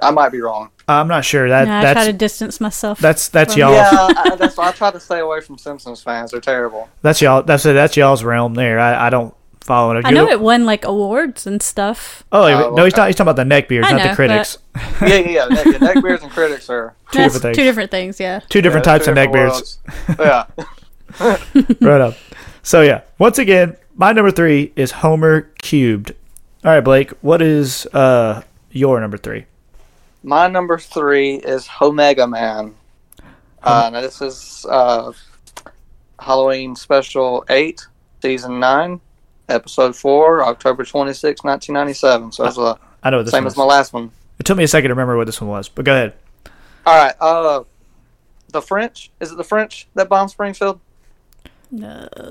I might be wrong.
I'm not sure that
Nah, I
that's
try to distance myself.
that's that's
from-
y'all
Yeah, I, that's why I try to stay away from Simpsons fans. They're terrible.
that's y'all that's that's y'all's realm there. I, I don't follow it.
I know it won like awards and stuff.
Oh,
Oh,
no, he's,
okay.
not, he's talking about the neckbeards,
I
not
know,
the critics.
Yeah, yeah, yeah. Neck, yeah, neckbeards and critics are
Two
That's
different
two
things.
different things. Yeah.
Two different
yeah,
types of
different
neckbeards.
worlds. yeah.
right up. So yeah, once again, my number three is Homer cubed. All right, Blake, what is uh your number three?
My number three is Omega Man. Uh, now this is uh, Halloween Special 8, Season 9, Episode 4, October 26, 1997. So that's the
I know what this
same
one
as
is.
my last one.
It took me a second to remember what this one was, but go ahead.
All right. Uh, the French? Is it the French that bombed Springfield?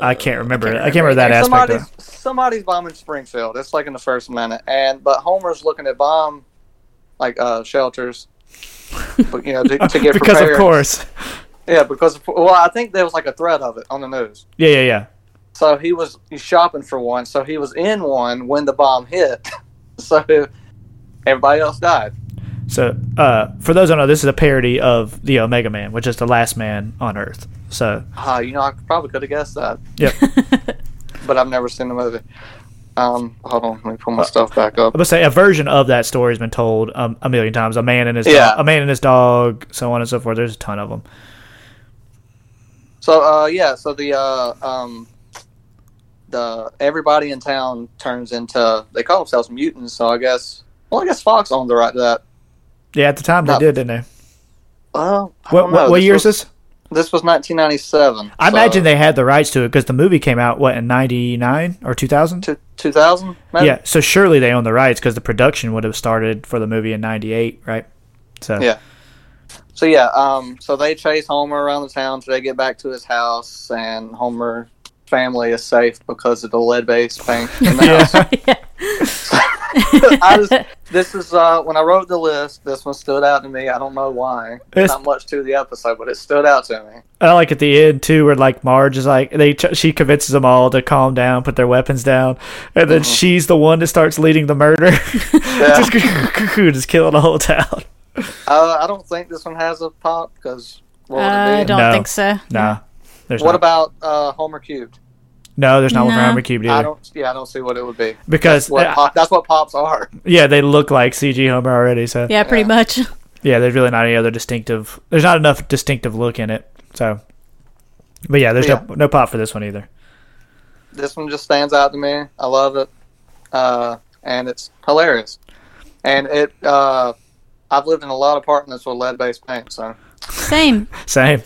I can't remember. it. I can't remember that aspect.
somebody's,
Of it.
somebody's bombing Springfield. It's like in the first minute, and but Homer's looking at bomb like uh, shelters, but you know to, to get
because
prepared.
of course,
yeah, because of, well, I think there was like a threat of it on the news.
yeah, yeah, yeah.
So he was shopping for one. So he was in one when the bomb hit. so everybody else died.
So, uh, for those who don't know, this is a parody of the Omega Man, which is the last man on Earth. So,
Uh, you know, I probably could have guessed that,
yep. I'm
but I've never seen the movie. Um, hold on, let me
Uh,
pull my stuff back up.
gonna say a version of that story has been told um, a million times. A man and his
Yeah.
dog, a man and his dog, so on and so forth. There's a ton of them.
So uh, yeah, so the uh, um, the everybody in town turns into they call themselves mutants. So I guess well, I guess Fox owned the right to that.
Yeah, at the time
No.
they did, didn't they?
Well, I
What,
don't know.
what, what year
was,
is this?
This was 1997.
I
so
imagine they had the rights to it because the movie came out what in '99 or 2000.
two- 2000. Maybe?
Yeah, so surely they own the rights because the production would have started for the movie in '98, right? So
Yeah. So yeah, um, so they chase Homer around the town till they get back to his house, and Homer family is safe because of the lead based paint. in the house.
yeah.
I just, this is uh, when I wrote the list. This one stood out to me. I don't know why.
It's-
Not much to the episode, but it stood out to me.
I like at the end too, where like Marge is like they ch- she convinces them all to calm down, put their weapons down, and then
Mm-hmm.
she's the one that starts leading the murder, just, just killing the whole town.
Uh, I don't think this one has a pop because what would it be?
I don't
No.
think so.
Nah, there's
What
not.
about uh, Homer cubed?
no, there's not one for
No.
Homer Cubed
I
either
don't. Yeah, I don't see what it would be.
because
What
uh,
pop, that's what pops are.
yeah, they look like CG Homer already. So yeah.
Yeah, pretty much.
there's really not any other distinctive. There's not enough distinctive look in it. So, but yeah, there's no no pop for this one either.
This one just stands out to me. I love it, uh, and it's hilarious. And it, uh, I've lived in a lot of apartments with lead-based paint, so
Same.
Same.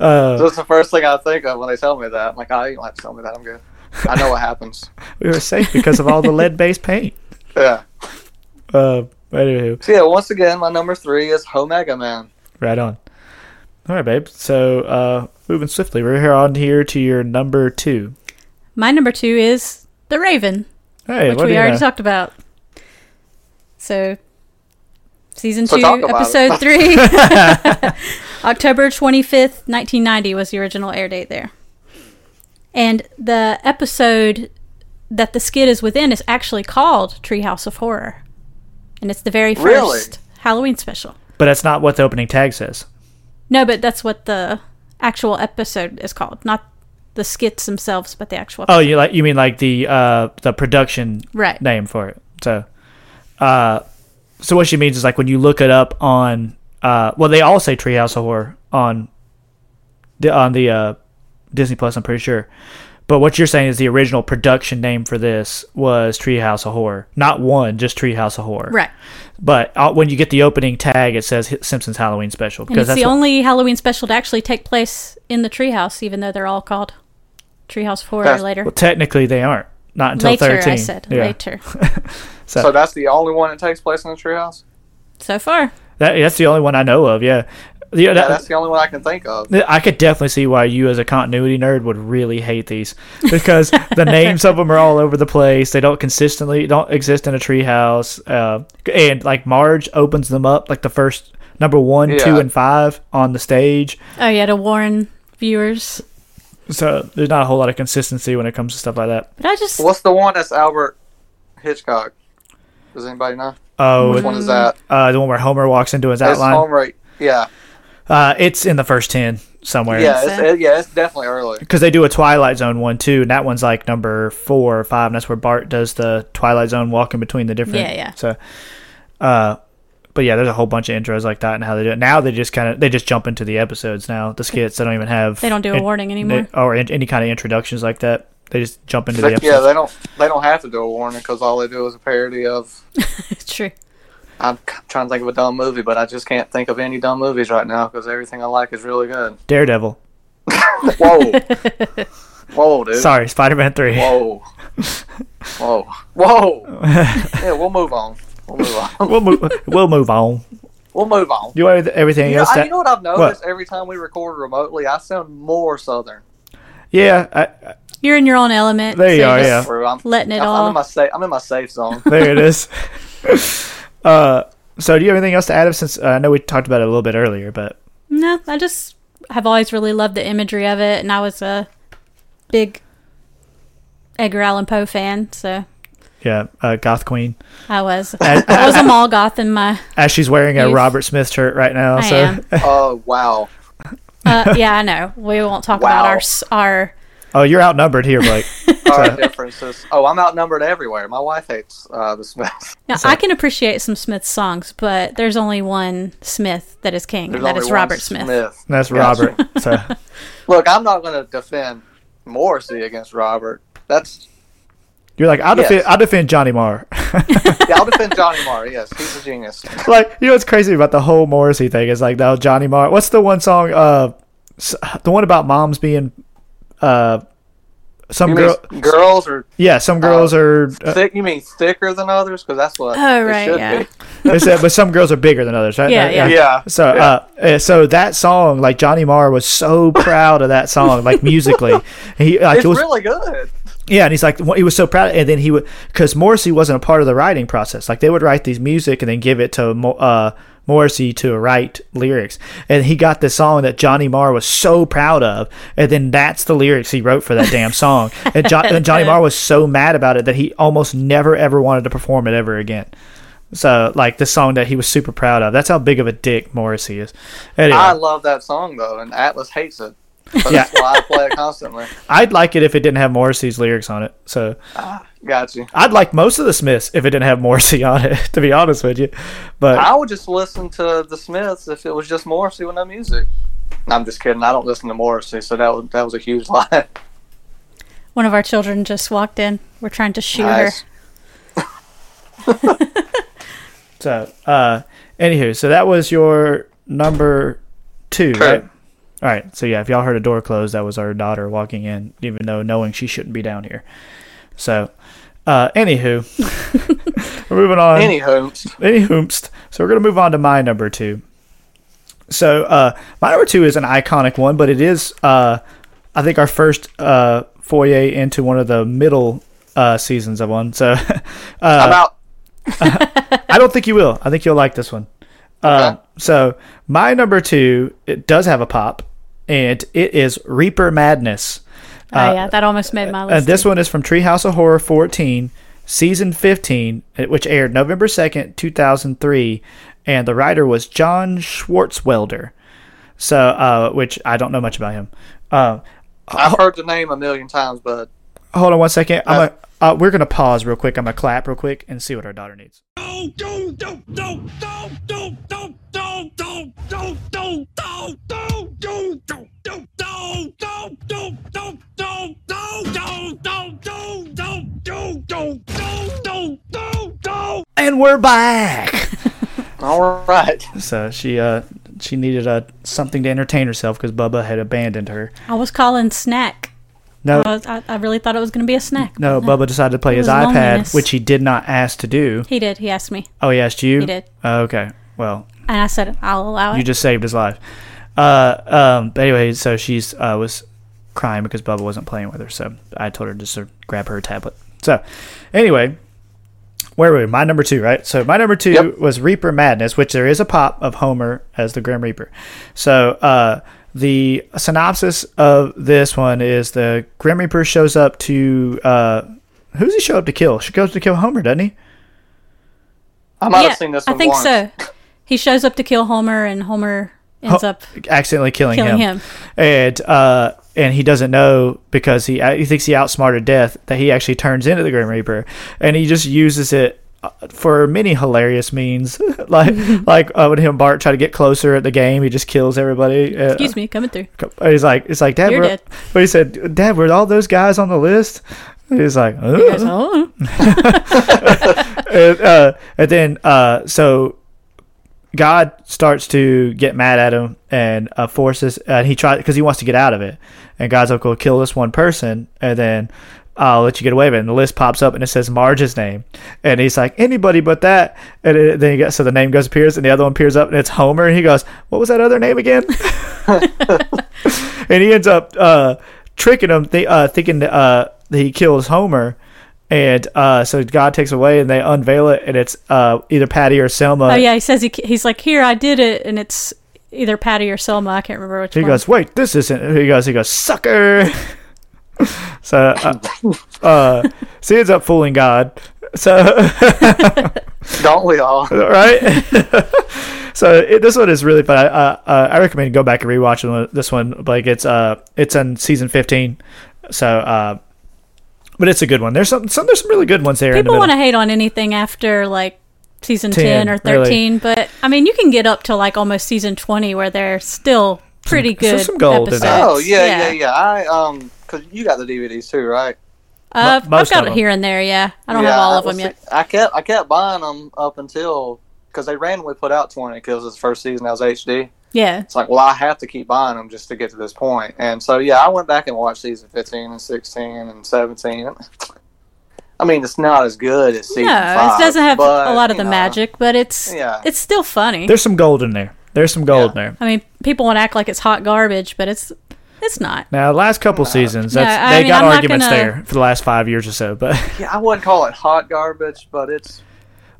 Uh,
that's the first thing I think of when they tell me that. I'm like, oh, you don't have to tell me that. I'm good. I know what happens.
We were safe because of all the lead based paint.
Yeah.
Uh, anywho.
So yeah, once again, my number three is Omega Man.
Right on. All right, babe. So uh, moving swiftly, we're here on here to your number two.
My number two is the Raven,
Hey,
which
what do
we
you
already
know?
talked about. So, season
So
two,
talk about
episode three, October twenty fifth, nineteen ninety was the original air date there, and the episode that the skit is within is actually called Treehouse of Horror, and it's the very first
Really?
Halloween special.
But that's not what the opening tag says.
No, but that's what the actual episode is called, not the skits themselves, but the actual.
Oh, you like you mean like the uh, the production
Right.
name for it. So, uh, so what she means is like when you look it up on uh, well, they all say Treehouse of Horror on the on the uh, Disney Plus. I'm pretty sure. But what you're saying is the original production name for this was Treehouse of Horror, not one, just Treehouse of Horror.
right.
But uh, when you get the opening tag, it says Hi- Simpsons Halloween Special
And
because
it's
that's
the
what-
only Halloween special to actually take place in the treehouse, even though they're all called Treehouse Horror
That's-
later.
well, technically they aren't not until
later,
thirteen.
I said.
yeah.
Later.
Yeah.
So that's the only one that takes place in the treehouse.
So far.
That, that's the only one I know of. Yeah, Yeah,
Yeah,
that-
that's the only one I can think of.
I could definitely see why you, as a continuity nerd, would really hate these because the names of them are all over the place. They don't consistently don't exist in a treehouse, uh, and like Marge opens them up like the first number one, two,
Yeah.
and five on the stage.
Oh yeah, to warn viewers.
So there's not a whole lot of consistency when it comes to stuff like that.
But I just
What's the one that's Albert Hitchcock? Does anybody know?
Oh,
Which one is that?
uh, the one where Homer walks into his
It's
outline.
home rate. Yeah.
Uh, it's in the first ten somewhere.
Yeah, it's, it, yeah, it's definitely early.
because they do a Twilight Zone one too, and that one's like number four or five, and that's where Bart does the Twilight Zone walking between the different.
Yeah, yeah.
So, uh, but yeah, there's a whole bunch of intros like that and how they do it. Now they just kind of they just jump into the episodes. Now the skits they don't even have
They don't do a warning anymore.
or in, any kind of introductions like that. They just jump into the
They-
episodes.
yeah, they don't they don't have to do a warning because all they do is a parody of.
true.
I'm c- trying to think of a dumb movie, but I just can't think of any dumb movies right now because everything I like is really good.
Daredevil.
Whoa, whoa, dude.
Sorry, Spider Man three.
Whoa, whoa, whoa. yeah, we'll move on. We'll move on.
we'll move. We'll move on.
We'll move on.
You want everything
You know,
else?
I,
that-
you know what I've noticed every time we record remotely, I sound more southern.
yeah, I, I-
You're in your own element.
There you
so
are,
just-
yeah.
Where I'm
Letting it
I'm,
all-
I'm in my safe. I'm in my safe zone.
there it is. uh, so do you have anything else to add? Since uh, I know we talked about it a little bit earlier, but
No, I just have always really loved the imagery of it, and I was a big Edgar Allan Poe fan, so
Yeah, uh, Goth Queen.
I was. I was a mall goth in my.
As she's wearing a
Yes.
Robert Smith shirt right now.
I
so
am.
Oh wow.
Uh, yeah, I know. We won't talk about
Wow.
our s- our.
Oh, you're outnumbered here, Blake.
Our differences. Oh, I'm outnumbered everywhere. My wife hates uh, the Smiths.
Now, I can appreciate some Smith songs, but there's only one Smith that is king, and that
only
is
one
Robert Smith.
That's
Gotcha.
Robert. So
Look, I'm not going to defend Morrissey against Robert. That's
you're like, I'll defend,
Yes.
I'll defend Johnny Marr.
yeah, I'll defend Johnny Marr. Yes, he's a genius.
like, you know what's crazy about the whole Morrissey thing is like, no, Johnny Marr. What's the one song? Uh, s- the one about moms being, uh, some
You
girl.
mean girls are
Yeah, some girls are. Uh,
thick? You mean thicker than others? Because that's what. it
Oh, right,
should
yeah.
Be.
they said, but some girls are bigger than others, right?
Yeah, yeah.
Yeah.
So, uh, uh, so that song, like Johnny Marr was so proud of that song, like musically, he like
It's
it was
really good.
Yeah, and he's like, he was so proud, and then he would, because Morrissey wasn't a part of the writing process. Like they would write these music and then give it to Mo- uh, Morrissey to write lyrics, and he got this song that Johnny Marr was so proud of, and then that's the lyrics he wrote for that damn song. And, jo- and Johnny Marr was so mad about it that he almost never ever wanted to perform it ever again. So like the song that he was super proud of. That's how big of a dick Morrissey is. Anyway,
I love that song though, and Atlas hates it. But
Yeah.
That's why I play it constantly.
I'd like it if it didn't have Morrissey's lyrics on it. So.
Got you.
I'd like most of the Smiths if it didn't have Morrissey on it, to be honest with you. But
I would just listen to the Smiths if it was just Morrissey with no music. I'm just kidding. I don't listen to Morrissey, so that was, that was a huge lie.
One of our children just walked in. We're trying to shoot
Nice.
her.
so, uh, anywho, so that was your number two, right?
Correct.
All right. So yeah, if y'all heard a door close, that was our daughter walking in, even though knowing she shouldn't be down here. So, uh, anywho, we're moving on.
Anywho,
Any hoomst. So we're gonna move on to my number two. So uh, my number two is an iconic one, but it is uh, I think our first uh, foyer into one of the middle uh, seasons of one. So
I'm out.
I don't think you will. I think you'll like this one. Uh,
Okay.
so my number two it does have a pop, and it is Reaper Madness.
oh yeah, that almost made my list.
And Uh, this one is from Treehouse of Horror 14, season 15, uh, which aired November 2nd, 2003, and the writer was John Schwartzwelder. So, uh, which I don't know much about him. Uh,
I've heard the name a million times, but
hold on one second. I'm gonna- uh, we're gonna pause real quick. I'm gonna clap real quick and see what our daughter needs. And we're back.
all right.
so she uh she needed uh something to entertain herself because Bubba had abandoned her.
I was calling snack.
No,
I, was, I, I really thought it was going to be a snack.
No, Bubba decided to play his
was
iPad,
loneliness.
which he did not ask to do.
He did. He asked me.
Oh, he asked you?
He did.
Oh, okay. Well,
And I said, I'll allow it.
you just saved his life. Uh, um, but anyway, so she's uh, was crying because Bubba wasn't playing with her. So I told her just to grab her tablet. So anyway, where were we? My number two, right? So my number two
Yep.
was Reaper Madness, which there is a pop of Homer as the Grim Reaper. So uh, the synopsis of this one is the Grim Reaper shows up to uh, who's he show up to kill? She goes to kill Homer, doesn't he?
I might
Yeah,
have seen this
I
one
think
once.
so. He shows up to kill Homer, and Homer ends
Ho-
up.
Oh, accidentally killing,
Killing
him.
him.
and uh, and he doesn't know because he he thinks he outsmarted death that he actually turns into the Grim Reaper, and he just uses it uh, for many hilarious means, like like uh, when him and Bart try to get closer at the game, he just kills everybody. Uh,
Excuse me, coming through.
He's like, it's like, Dad,
You're
were,
dead."
but he said, Dad, were all those guys on the list? He's like,
He
"Ugh."
goes, "Oh."
and, uh, and then uh, so God starts to get mad at him and uh, forces, and he tries because he wants to get out of it. And God's like, "Well, kill this one person, and then I'll let you get away with it." And the list pops up, and it says Marge's name, and he's like, "Anybody but that." And it, then he got, so the name goes appears, and the other one appears up, and it's Homer, and he goes, "What was that other name again?" and he ends up uh, tricking him, th- uh, thinking that, uh, that he kills Homer. And uh, so God takes away, and they unveil it, and it's uh, either Patty or Selma.
Oh, yeah, he says he, he's like, here, I did it, and it's either Patty or Selma. I can't remember which
He
one.
goes, wait, this isn't. He goes, he goes, sucker. so, uh, uh, so he ends up fooling God. So,
Don't we all?
right? so it, this one is really fun. I, uh, uh, I recommend you go back and rewatch one- this one. Like it's uh, it's in season fifteen. So, uh, but it's a good one. There's some, some there's some really good ones there. in the
People
middle.
want to hate on anything after like season 10,
10,
or
really.
13, but I mean, you can get up to like almost season 20 where they're still pretty
there's
good.
some gold in
episodes.
there.
Oh yeah, yeah, yeah, I um, cause you got the DVDs too, right?
Uh,
Mo- most
I've got
of
it
'em.
here and there, yeah. I don't
yeah,
have all of
I
them
was-
yet.
I kept, I kept buying them up until, cause they randomly put out twenty, cause it's the first season I was HD.
Yeah.
It's like, well, I have to keep buying them just to get to this point. And so yeah, I went back and watched season fifteen and sixteen and seventeen. I mean, it's not as good as season
No,
five.
it doesn't have
but,
a lot of
you
the
know,
magic, but it's
Yeah.
it's still funny.
There's some gold in there. There's some gold in there.
I mean, people want to act like it's hot garbage, but it's it's not.
Now, last couple seasons, that's,
Uh, No, I
they
mean,
got
I'm not
arguments
gonna-
there for the last five years or so. But
Yeah, I wouldn't call it hot garbage, but it's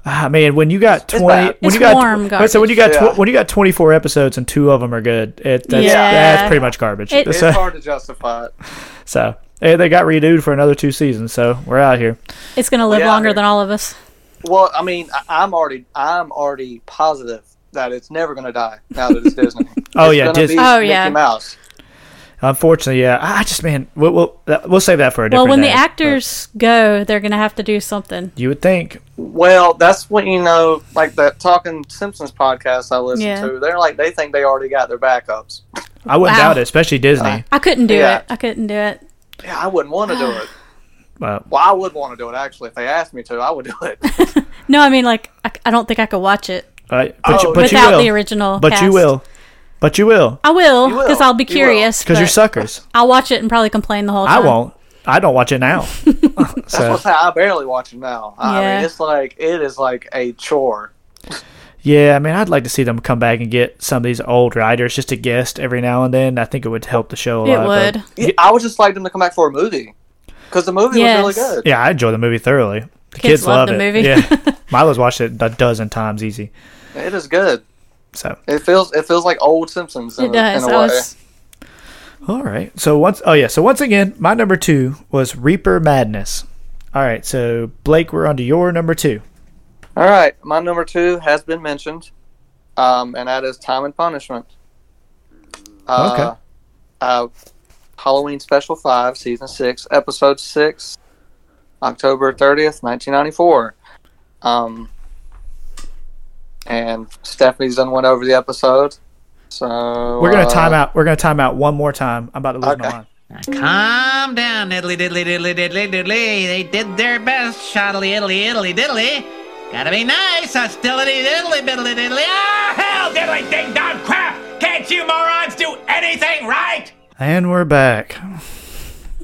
I mean, Ah, when you got
It's
twenty,
bad.
when
It's
you got
warm
but so when you got tw-
Yeah.
when you got twenty four episodes and two of them are good, it, that's
Yeah.
that's pretty much garbage.
It-
it's
so,
hard to justify it.
so and they got renewed for another two seasons, so we're out here.
It's going to live
Yeah,
longer
they're-
than all of us.
Well, I mean, I, I'm already I'm already positive that it's never going to die now that it's Disney.
Oh,
It's
yeah,
gonna
Disney.
be
Oh,
Mickey
yeah.
Mouse.
Unfortunately, yeah, I I just man, we'll we'll, that- we'll save that for a different.
Well, when the
day,
actors go, they're going to have to do something.
but you would think,
Well, that's when you know, like that Talking Simpsons podcast I listen
Yeah.
to. They're like they think they already got their backups.
I wouldn't
Wow.
doubt it, especially Disney.
I couldn't do
Yeah.
it. I couldn't do it.
Yeah, I wouldn't want to do it.
well,
Well, I would want to do it actually. If they asked me to, I would do it.
No, I mean, like, I, I don't think I could watch it
uh, but, you,
Oh,
but you
without
will,
the original.
but you
cast.
will, but you will,
I will,
You will.
because I'll be
You will.
curious.
because you're
but
suckers.
I'll watch it and probably complain the whole
I
time.
won't. I don't watch it now. so
That's why I barely watch it now. I
Yeah.
mean, it's like it is like a chore.
yeah, I mean, I'd like to see them come back and get some of these old writers just a guest every now and then. I think it would help the show a
It
lot. but-
would.
Yeah, I would just like them to come back for a movie because the movie was
Yes.
really good.
Yeah, I enjoy the movie thoroughly. The kids,
Kids love
love,
the
it.
movie.
Yeah, Milo's watched it a dozen times easy.
It is good.
So
It feels it feels like old Simpsons. In
It does.
A, in
I
a way.
was,
all right. So once oh yeah. So once again, my number two was Reaper Madness. All right. So Blake, we're on to your number two.
All right, my number two has been mentioned, um, and that is Time and Punishment. Uh,
Okay.
Uh, Halloween Special Five, Season Six, Episode Six, October thirtieth, nineteen ninety four. Um, and Stephanie's done went over the episode, so
We're gonna
uh,
time out. We're gonna time out one more time. I'm about to lose my
Okay.
mind.
Calm down, diddly diddly diddly diddly diddly. They did their best, shoddily Italy Italy diddly. Gotta be nice, hostility diddly biddly diddly. Ah, hell, diddly ding dong crap! Can't you morons do anything right?
And we're back.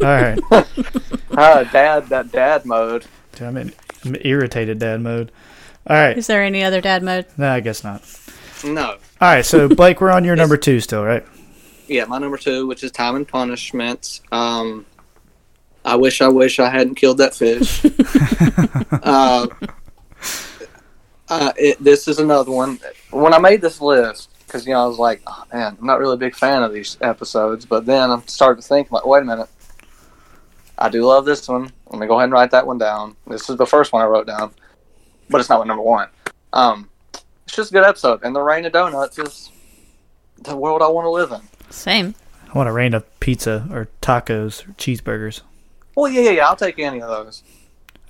All right.
uh, dad that dad mode.
Dude, I'm in I'm in irritated dad mode. All right.
Is there any other dad mode?
No, I guess not.
No.
All right. So Blake, we're on your number two still, right?
Yeah, my number two, which is Time and Punishments. Um, I wish, I wish I hadn't killed that fish. uh, uh, it, this is another one. When I made this list, because you know I was like, oh, man, I'm not really a big fan of these episodes. But then I'm starting to think, like, wait a minute, I do love this one. Let me go ahead and write that one down. This is the first one I wrote down, but it's not my number one. Um, it's just a good episode, and the rain of donuts is the world I want to live in.
Same.
I want a rain of pizza or tacos or cheeseburgers.
Well, yeah, yeah, yeah. I'll take any of those.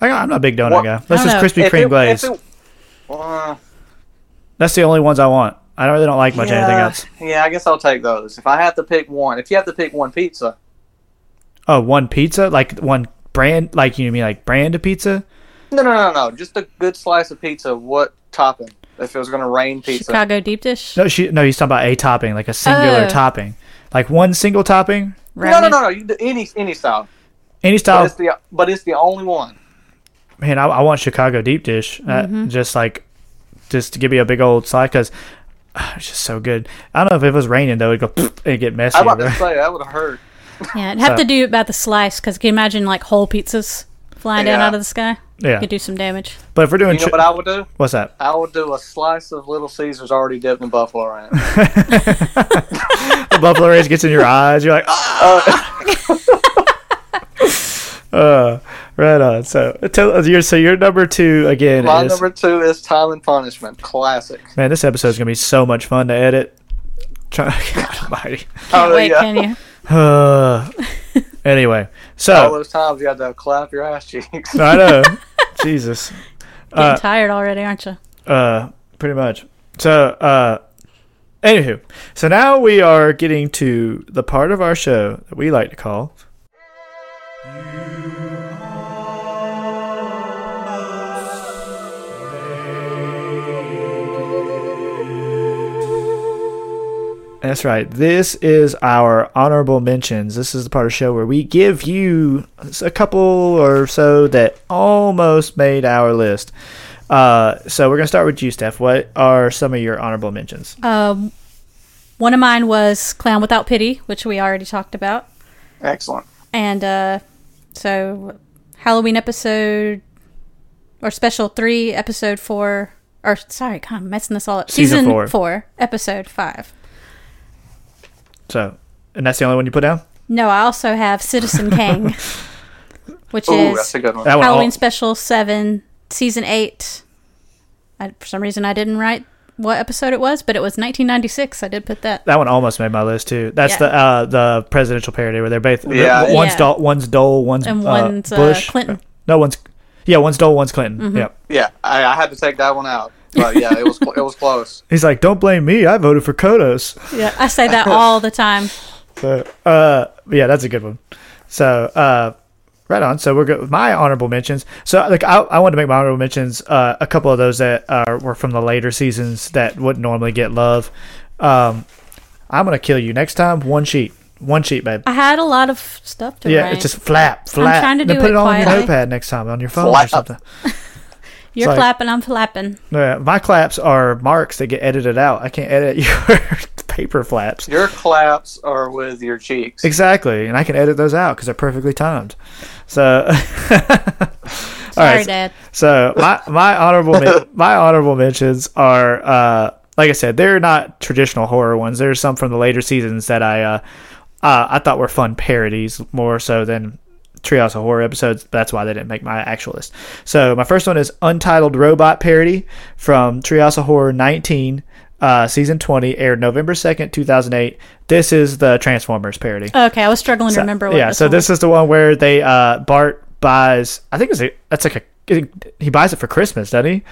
I, I'm not a big donut
Well,
guy. That's
I don't
just
know.
Krispy
If
Kreme
it-
glaze.
if it- uh,
That's the only ones I want. I really don't like much anything
yeah,
else.
Yeah, I guess I'll take those. If I have to pick one, if you have to pick one pizza,
Oh, one pizza, like one brand, like you mean like brand of pizza?
no, no, no, no, just a good slice of pizza. What topping? If it was going to rain pizza,
Chicago deep dish.
No, she, no, he's talking about a topping, like a singular
Oh.
topping, like one single topping,
no, no, no, no, you do any any style,
any
but
style.
it's the but it's the only one.
man, I, I want Chicago deep dish. Uh,
Mm-hmm.
Just like, just to give me a big old slide because it's just so good. I don't know if it was raining though, it'd go and get messy.
I'm about
bro.
to say that would have hurt.
Yeah, it'd have
So-
to do about the slice because can you imagine like whole pizzas flying down
Yeah.
out of the sky?
Yeah.
Could do some damage.
But if we're doing,
You know
chi-
what I would do?
what's that?
I would do a slice of Little Caesars already dipped in buffalo ranch.
The buffalo range gets in your eyes. You're like, ah. uh, right on. So tell us your so your number two again
My
is
number two is Time and Punishment, classic.
man. This episode's gonna be so much fun to edit. Try, God Almighty.
Oh
Wait,
yeah,
can you?
Uh, anyway,
all
so
those times you had to clap your ass cheeks.
I know. Jesus.
Getting
Uh,
tired already, aren't you?
Uh, pretty much. So, uh, anywho, so now we are getting to the part of our show that we like to call. That's right. This is our honorable mentions. This is the part of the show where we give you a couple or so that almost made our list. Uh, so we're gonna start with you, Steph. What are some of your honorable mentions?
Um, one of mine was Clown Without Pity, which we already talked about.
Excellent.
And uh, so Halloween episode or special three, episode four, or sorry, God, I'm messing this all up.
Season four.
episode five.
so, and that's the only one you put down.
No, I also have Citizen Kang, which
Ooh,
is
Oh, that's a good one.
That one
Halloween
all-
Special 7, Season 8. I, for some reason, I didn't write what episode it was, but it was 1996. I did put that.
that one almost made my list too. That's
Yeah.
the uh, the presidential parody where they're both
Yeah.
the- one's
Yeah.
Dole, one's Dole, one's
And
uh,
one's, uh,
Bush.
Clinton. Mm-hmm.
No, one's yeah, one's Dole, one's Clinton. Yep.
Yeah, I, I had to take that one out. But yeah, it was it was close.
He's like, don't blame me. I voted for Kodos.
Yeah, I say that all the time.
So, uh, yeah, that's a good one. So, uh, right on. So we're good. My honorable mentions. So, like, I, I want to make my honorable mentions. Uh, a couple of those that uh, were from the later seasons that wouldn't normally get love. Um, I'm gonna kill you next time. One sheet. One sheet, babe.
I had a lot of stuff to
yeah,
write.
it's just flap, flap.
trying to
then
do
put
it
it, on your
quietly.
notepad next time on your phone or
Flap.
something.
You're
like-
clapping, I'm flapping.
Yeah, my claps are marks that get edited out. I can't edit your paper flaps.
Your claps are with your cheeks.
Exactly, and I can edit those out because they're perfectly timed. So.
Sorry,
right, so-
Dad.
So my my honorable men- my honorable mentions are uh, like I said, they're not traditional horror ones. There's some from the later seasons that I uh, uh, I thought were fun parodies more so than Treehouse of Horror episodes. That's why they didn't make my actual list. So my first one is Untitled Robot parody from Treehouse of Horror 19. Uh, season 20 aired November 2nd, 2008. This is the Transformers parody
Okay, I was struggling to remember what
yeah,
this
so
one
this is the one where they uh Bart buys. I think it's a, that's like a he buys it for Christmas, doesn't he?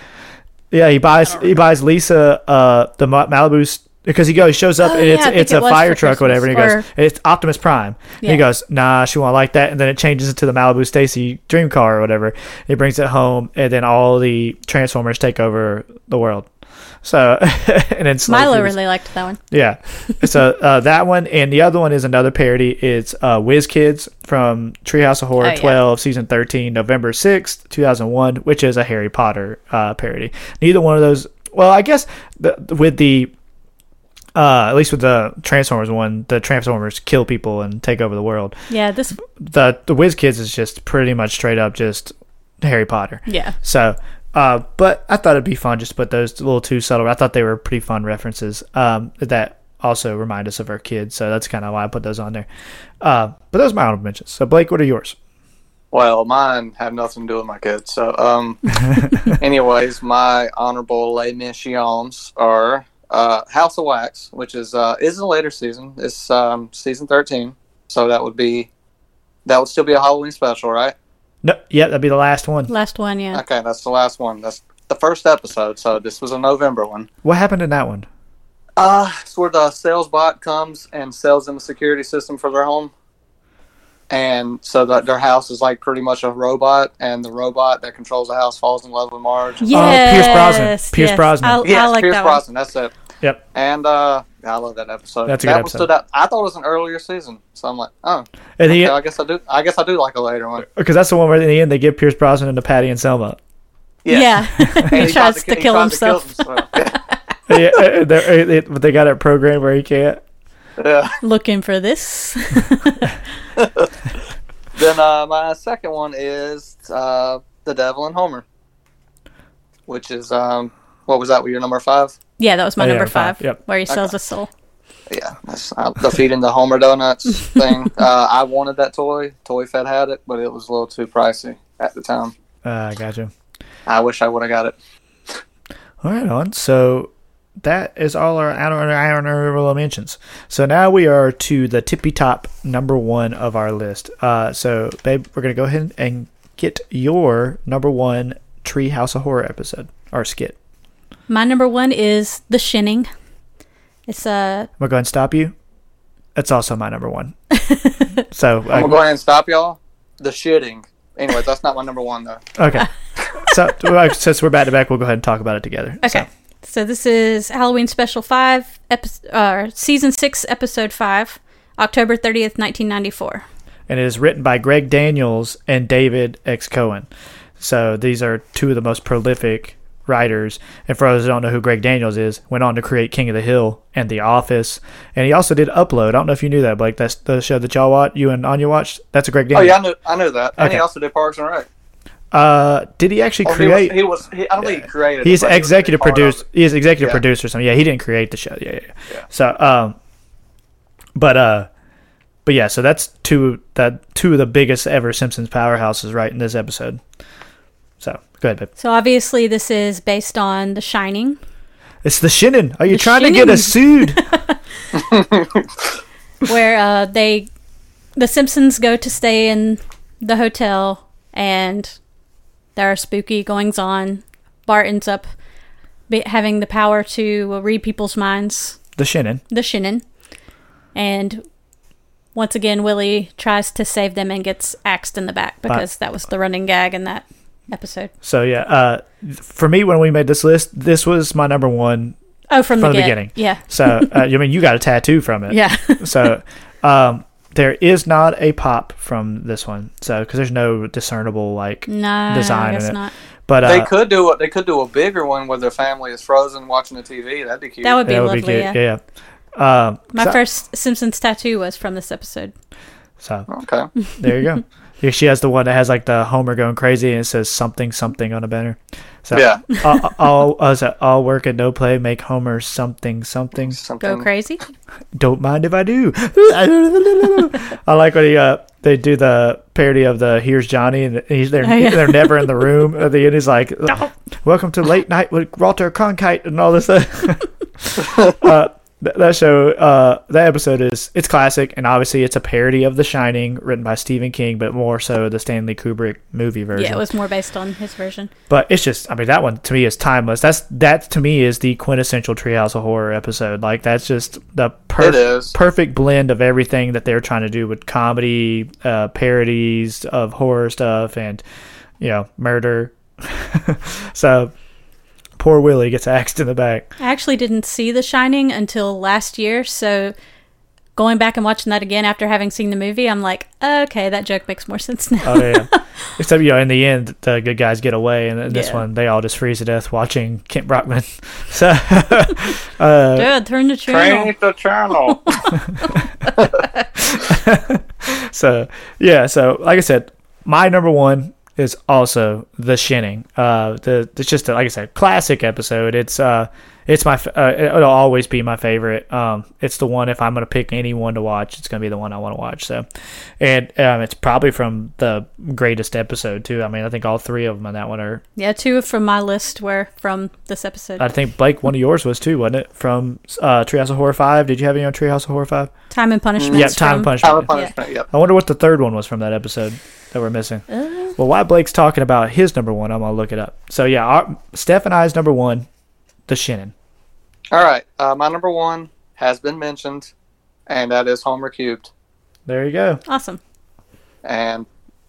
Yeah, he buys he buys Lisa uh the Ma- Malibu because he goes, he shows up,
Oh,
and
yeah,
it's
I think
it's
it
a
was
fire
for
truck, or whatever. And he
Christmas,
goes, it's Optimus Prime. And
Yeah.
he goes, nah, she won't like that. And then it changes into the Malibu Stacy dream car or whatever. He brings it home, and then all the Transformers take over the world. So, and then Slade
Milo
moves-
really liked that one.
yeah. so uh, that one and the other one is another parody. It's uh, Whiz Kids from Treehouse of Horror
Oh, yeah.
12, season 13, November 6th, 2001, which is a Harry Potter uh, parody. Neither one of those. Well, I guess the, with the uh, at least with the Transformers one, the Transformers kill people and take over the world.
Yeah, this.
The the Whiz Kids is just pretty much straight up just Harry Potter.
Yeah.
So, uh, but I thought it'd be fun just to put those little two subtle. I thought they were pretty fun references um, that also remind us of our kids. So that's kind of why I put those on there. Uh, but those are my honorable mentions. So Blake, what are yours?
Well, mine have nothing to do with my kids. So, um, anyways, my honorable les missions are uh, House of Wax, which is uh, is a later season. It's um, season thirteen, so that would be that would still be a Halloween special, right?
No, yeah, that'd be the last one.
Last one, yeah.
Okay, that's the last one. That's the first episode. So this was a November one.
What happened in that one?
Uh, it's where the sales bot comes and sells them a security system for their home. And so that their house is like pretty much a robot, and the robot that controls the house falls in love with Marge.
Pierce Brosnan.
Yes,
Pierce
yes.
Brosnan.
I, I
Yes,
like
Pierce
that
Brosnan. That's it.
Yep.
And uh, I love that episode.
That's a good
that one
episode.
stood out. I thought it was an earlier season, so I'm like, oh,
And he
yeah, I guess I do. I guess I do like a later one.
because that's the one where in the end they give Pierce Brosnan into Patty and Selma.
one. Yeah.
And
he tries to,
ki- he
kill
tries to kill
himself.
himself.
yeah, uh, they're- uh, they- but they got a program where he can't.
yeah.
Looking for this.
Then uh, my second one is uh, The Devil and Homer, which is um, what was that? With your number five?
yeah, that was my
Oh, yeah,
number
five,
five.
yep.
Where he sells a soul.
Yeah, that's uh, the feeding the Homer donuts thing. Uh, I wanted that toy. Toy Fed had it, but it was a little too pricey at the time.
Uh, gotcha.
I wish I would have got it.
All right, on. So that is all our honor- honorable mentions. So now we are to the tippy top number one of our list. Uh, so, babe, we're going to go ahead and get your number one Treehouse of Horror episode or skit.
My number one is The Shinning. It's uh, a.
I'm going to go ahead and stop you. That's also my number one. so,
I'm gonna go
uh,
ahead and stop y'all. The shitting. Anyway, that's not my number one though.
uh, okay. So, uh, since we're back to back, we'll go ahead and talk about it together.
Okay. So. this is Halloween Special 5, episode, uh, Season 6, Episode 5, October 30th, 1994.
and it is written by Greg Daniels and David X. Cohen. So these are two of the most prolific writers. And for those who don't know who Greg Daniels is, went on to create King of the Hill and The Office, and he also did Upload. I don't know if you knew that, Blake. That's the show that y'all watch, you and Anya watched. That's a Greg
Oh
Daniels.
yeah, I knew I knew that. And he
Okay.
also did Parks and Rec.
Uh, did he actually
Oh, he was-
create?
He was. He I don't think he created. it,
he's
but he was a big
executive
part of
producer.
it.
He is executive
Yeah.
producer or something. Yeah, he didn't create the show. Yeah, yeah, yeah. So, um, but uh, but yeah. So that's two that two of the biggest ever Simpsons powerhouses, right? In this episode. So go ahead, babe.
So obviously, this is based on The Shining.
It's the Shinnin. Are you
The
trying to get us sued?
where uh, they the Simpsons go to stay in the hotel and there are spooky goings on. Bart ends up be- having the power to uh, read people's minds,
the Shinnin.
the Shinnin, and once again Willie tries to save them and gets axed in the back because that was the running gag in that episode.
So yeah. Uh, for me, when we made this list, this was my number one.
Oh, from,
From the
get.
beginning.
yeah,
So uh, I mean, you got a tattoo from it.
yeah.
so um, there is not a pop from this one. So because there's no discernible like
no,
design in
I guess
it.
not.
But uh,
They could do it. They could do a bigger one where their family is frozen watching the TV. That'd be cute.
That would be
that would
lovely.
be good.
yeah.
Yeah. yeah. Um,
My
so,
first Simpsons tattoo was from this episode.
so
okay.
there you go. Yeah, she has the one that has like the Homer going crazy and it says something something on a banner. So
Yeah.
all, all, uh, so all work and no play make Homer something something.
Go
Something.
crazy.
Don't mind if I do. I like when he, uh, they do the parody of the Here's Johnny and he's there.
Oh, yeah.
They're never in the room. At the end, he's like, "Welcome to late night with Walter Cronkite and all this." Stuff. uh, Th- that show, uh, that episode is it's classic, and obviously it's a parody of The Shining, written by Stephen King, but more so the Stanley Kubrick movie version.
Yeah, it was more based on his version.
But it's just, I mean, that one to me is timeless. That's that to me is the quintessential Treehouse of Horror episode. Like that's just the
It
per-
is.
perfect blend of everything that they're trying to do with comedy, uh, parodies of horror stuff, and you know, murder. so poor Willie gets axed in the back.
I actually didn't see The Shining until last year, so going back and watching that again after having seen the movie, I'm like, okay, that joke makes more sense now.
Oh yeah. Except you know, in the end, the good guys get away, and in this
Yeah.
one they all just freeze to death watching Kent Brockman. So Uh,
Dude, turn the channel.
Change the channel.
so yeah so like i said my number one is also the shinning uh the it's just a, like i said classic episode it's uh it's my f- uh, it'll always be my favorite um it's the one if i'm gonna pick any one to watch it's gonna be the one i want to watch so and um it's probably from the greatest episode too i mean i think all three of them on that one are
Yeah, two from my list were from this episode.
i think blake one of yours was too wasn't it from uh treehouse of horror five did you have any on treehouse of horror five
Time and Punishment.
yeah time
from,
and punishment
Time of punishment. Yep.
I wonder what the third one was from that episode that we're missing.
Uh,
well, while Blake's talking about his number one, I'm gonna look it up. So yeah, our, Steph and I's number one, the Shannon.
All right. Uh, my number one has been mentioned, and that is Homer Cubed.
There you go.
Awesome.
And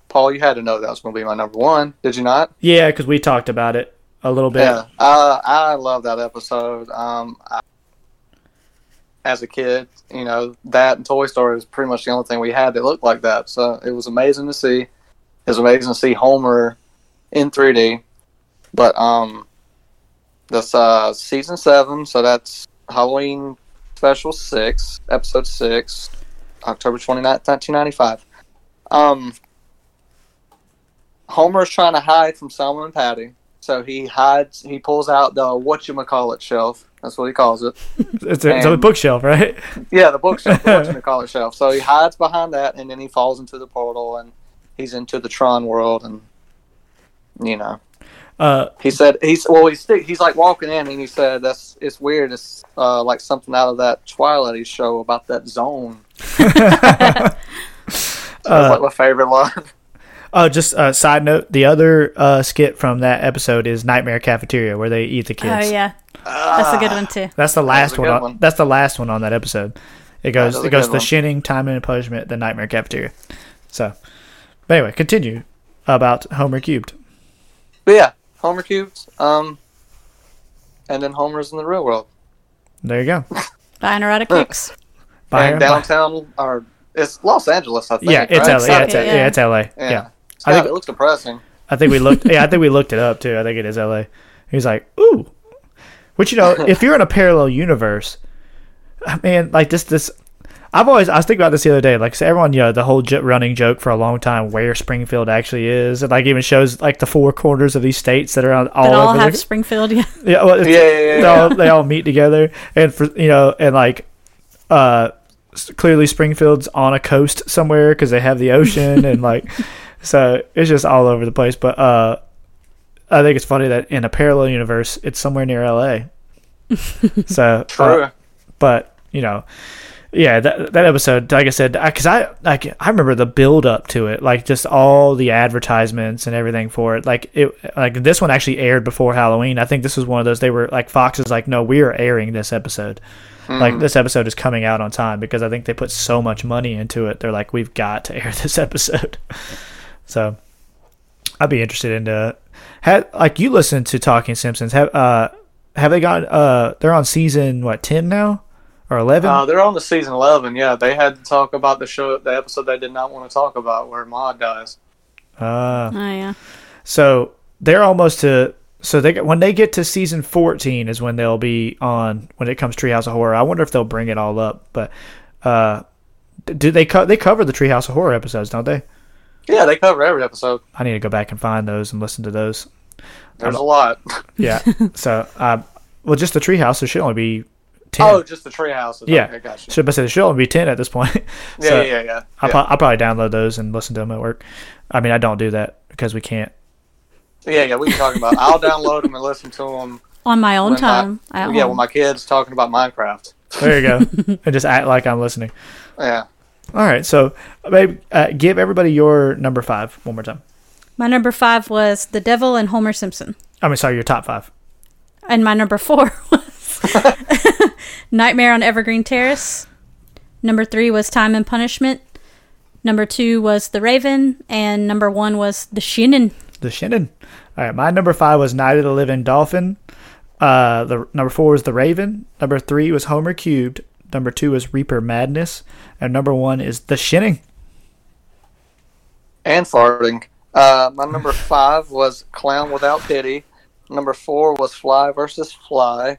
Paul, you had to know that was going to be my number one. Did you not?
Yeah, because we talked about it a little bit.
Yeah. Uh, I love that episode. Um, I, as a kid, you know, that and Toy Story was pretty much the only thing we had that looked like that. So it was amazing to see. It was amazing to see Homer in 3D. But um, that's uh, season seven. So that's Halloween special six, episode six, October 29th, 1995. Um, Homer's trying to hide from Selma and Patty. So he hides. He pulls out the whatchamacallit shelf. That's what he calls it.
It's, a, it's a
And-
bookshelf, right?
Yeah, the bookshelf, the whatchamacallit shelf. So he hides behind that, and then he falls into the portal, and he's into the Tron world, and you know.
Uh,
He said he's well. He's he's like walking in, and he said that's it's weird. It's uh, like something out of that Twilight show about that zone. That's like my favorite line.
Oh, just a side note. The other uh, skit from that episode is Nightmare Cafeteria, where they eat the kids.
Oh, yeah. That's a good one, too.
That's the last
a
one,
good
on-
one.
That's the last one on that episode. It goes.
was a
It goes
good
the
one.
shinning, time and punishment, the nightmare cafeteria. So, but anyway, continue about Homer cubed.
But yeah, Homer cubes. Um, and then Homer's in the real world.
There you go.
By Neurotic
Uh,
Kicks.
Bye.
and downtown, or it's Los Angeles, I think.
yeah, it's
right?
LA. Yeah,
Okay,
it's, yeah.
yeah.
it's LA. Yeah.
Yeah.
I
I
think-
it looks depressing.
I think we looked. Yeah, I think we looked it up too. I think it is LA. He's like, ooh, which you know, if you're in a parallel universe, uh, man, like this, this. I've always I was thinking about this the other day. Like so everyone, you know, the whole j- running joke for a long time where Springfield actually is, and like even shows like the four corners of these states that are on all
That all
over.
have
the,
Springfield. Yeah.
yeah, well, it's-
Yeah, yeah, yeah,
They all, they all meet together, and for you know, and like, uh, s- clearly Springfield's on a coast somewhere because they have the ocean, and like, so it's just all over the place. But uh, I think it's funny that in a parallel universe, it's somewhere near L.A. so
True.
uh, but you know yeah that, that episode like i said because I, like i remember the build up to it like just all the advertisements and everything for it like it like this one actually aired before halloween i think this was one of those they were like fox is like no we are airing this episode like this episode is coming out on time because i think they put so much money into it they're like we've got to air this episode so i'd be interested in uh had like you listen to talking simpsons have uh have they got uh they're on season what 10 now or 11
Uh, they're on the season eleven. Yeah, they had to talk about the show, the episode they did not want to talk about, where Maud dies.
Oh, yeah.
So they're almost to so they get- when they get to season 14 is when they'll be on when it comes to Treehouse of Horror. I wonder if they'll bring it all up, but uh d- do they co- they cover the Treehouse of Horror episodes, don't they?
Yeah, they cover every episode.
I need to go back and find those and listen to those.
There's a lot.
Yeah. so um well just the Treehouse there should only be 10.
oh, just the tree houses.
yeah.
okay, gotcha.
Should I say there should only be 10 at this point.
yeah,
So-
yeah, yeah, yeah.
I'll, pro- I'll probably download those and listen to them at work. I mean, I don't do that because we can't.
yeah, yeah. We can talk about. I'll download them and listen to them.
On my own
When my-
time. at
yeah,
home.
when my kids talking about Minecraft.
There you go. and just act like I'm listening.
Yeah.
All right. So, babe, uh, give everybody your number five one more time.
My number five was The Devil and Homer Simpson.
I mean, sorry, your top five.
And my number four was Nightmare on Evergreen Terrace. Number three was Time and Punishment. Number two was The Raven. And number one was The Shinnin.
The Shannon. All right. My number five was Night of the Living Dolphin. Uh, the number four was The Raven. Number three was Homer Cubed. Number two is Reaper Madness, and number one is The Shinning.
and farting. Uh, my number five was Clown Without Pity. Number four was Fly versus Fly.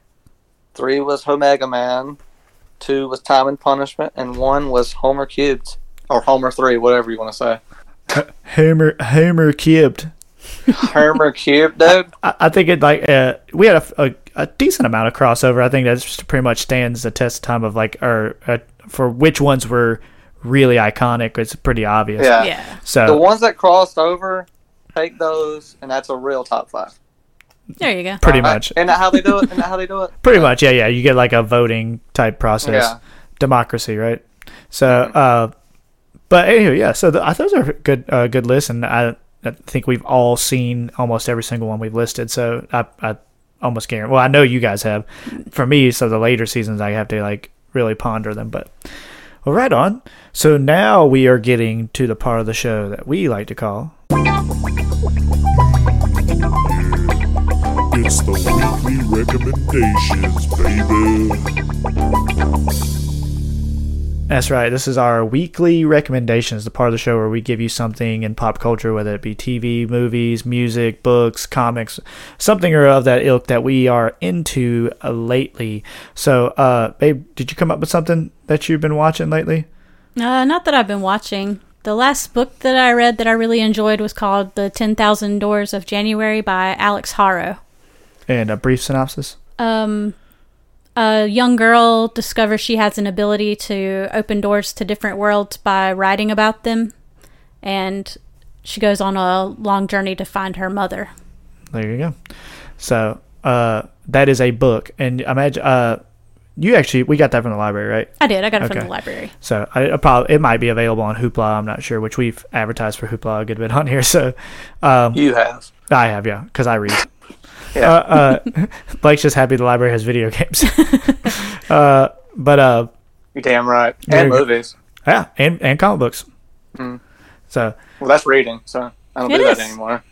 Three was Omega Man. Two was Time and Punishment, and one was Homer Cubed or Homer Three, whatever you want to say.
Homer Homer Cubed.
Homer Cubed, dude.
I, I think it like uh, we had a, a, a decent amount of crossover. I think that's just pretty much stands the test of time of like or uh, for which ones were really iconic. It's pretty obvious.
Yeah.
Yeah.
So
The ones that crossed over, take those, and that's a real top five.
There you go.
pretty
Right?
much,
Isn't that how they do it? Isn't that how they do it?
pretty much, yeah, yeah. You get like a voting type process,
Yeah.
democracy, right? So, uh, but anyway, yeah. So the, I, those are good, uh, good lists, and I, I think we've all seen almost every single one we've listed. So I, I almost guarantee. Well, I know you guys have. For me, so the later seasons, I have to like really ponder them, but. Well, right on. So now we are getting to the part of the show that we like to call
It's the weekly recommendations, baby.
That's right. This is our weekly recommendations, the part of the show where we give you something in pop culture, whether it be TV, movies, music, books, comics, something or of that ilk that we are into uh, lately. So, uh, babe, did you come up with something that you've been watching lately?
Uh, not that I've been watching. The last book that I read that I really enjoyed was called The 10,000 Doors of January by Alex Harrow.
And a brief synopsis.
um, a young girl discovers she has an ability to open doors to different worlds by writing about them, and she goes on a long journey to find her mother.
There you go. So, uh, that is a book, and imagine uh, you actually we got that from the library, right?
I did. I got it from
Okay.
the library.
So I, I probably it might be available on Hoopla. I'm not sure, which we've advertised for Hoopla a good bit on here. So
You have.
I have, yeah, because I read.
Yeah.
Um, Uh, uh, Blake's just happy the library has video games. uh, but uh,
You damn right.
There
And
you go.
movies.
yeah, and and comic books. So
Well, that's reading, so I don't
It
do
is.
that anymore.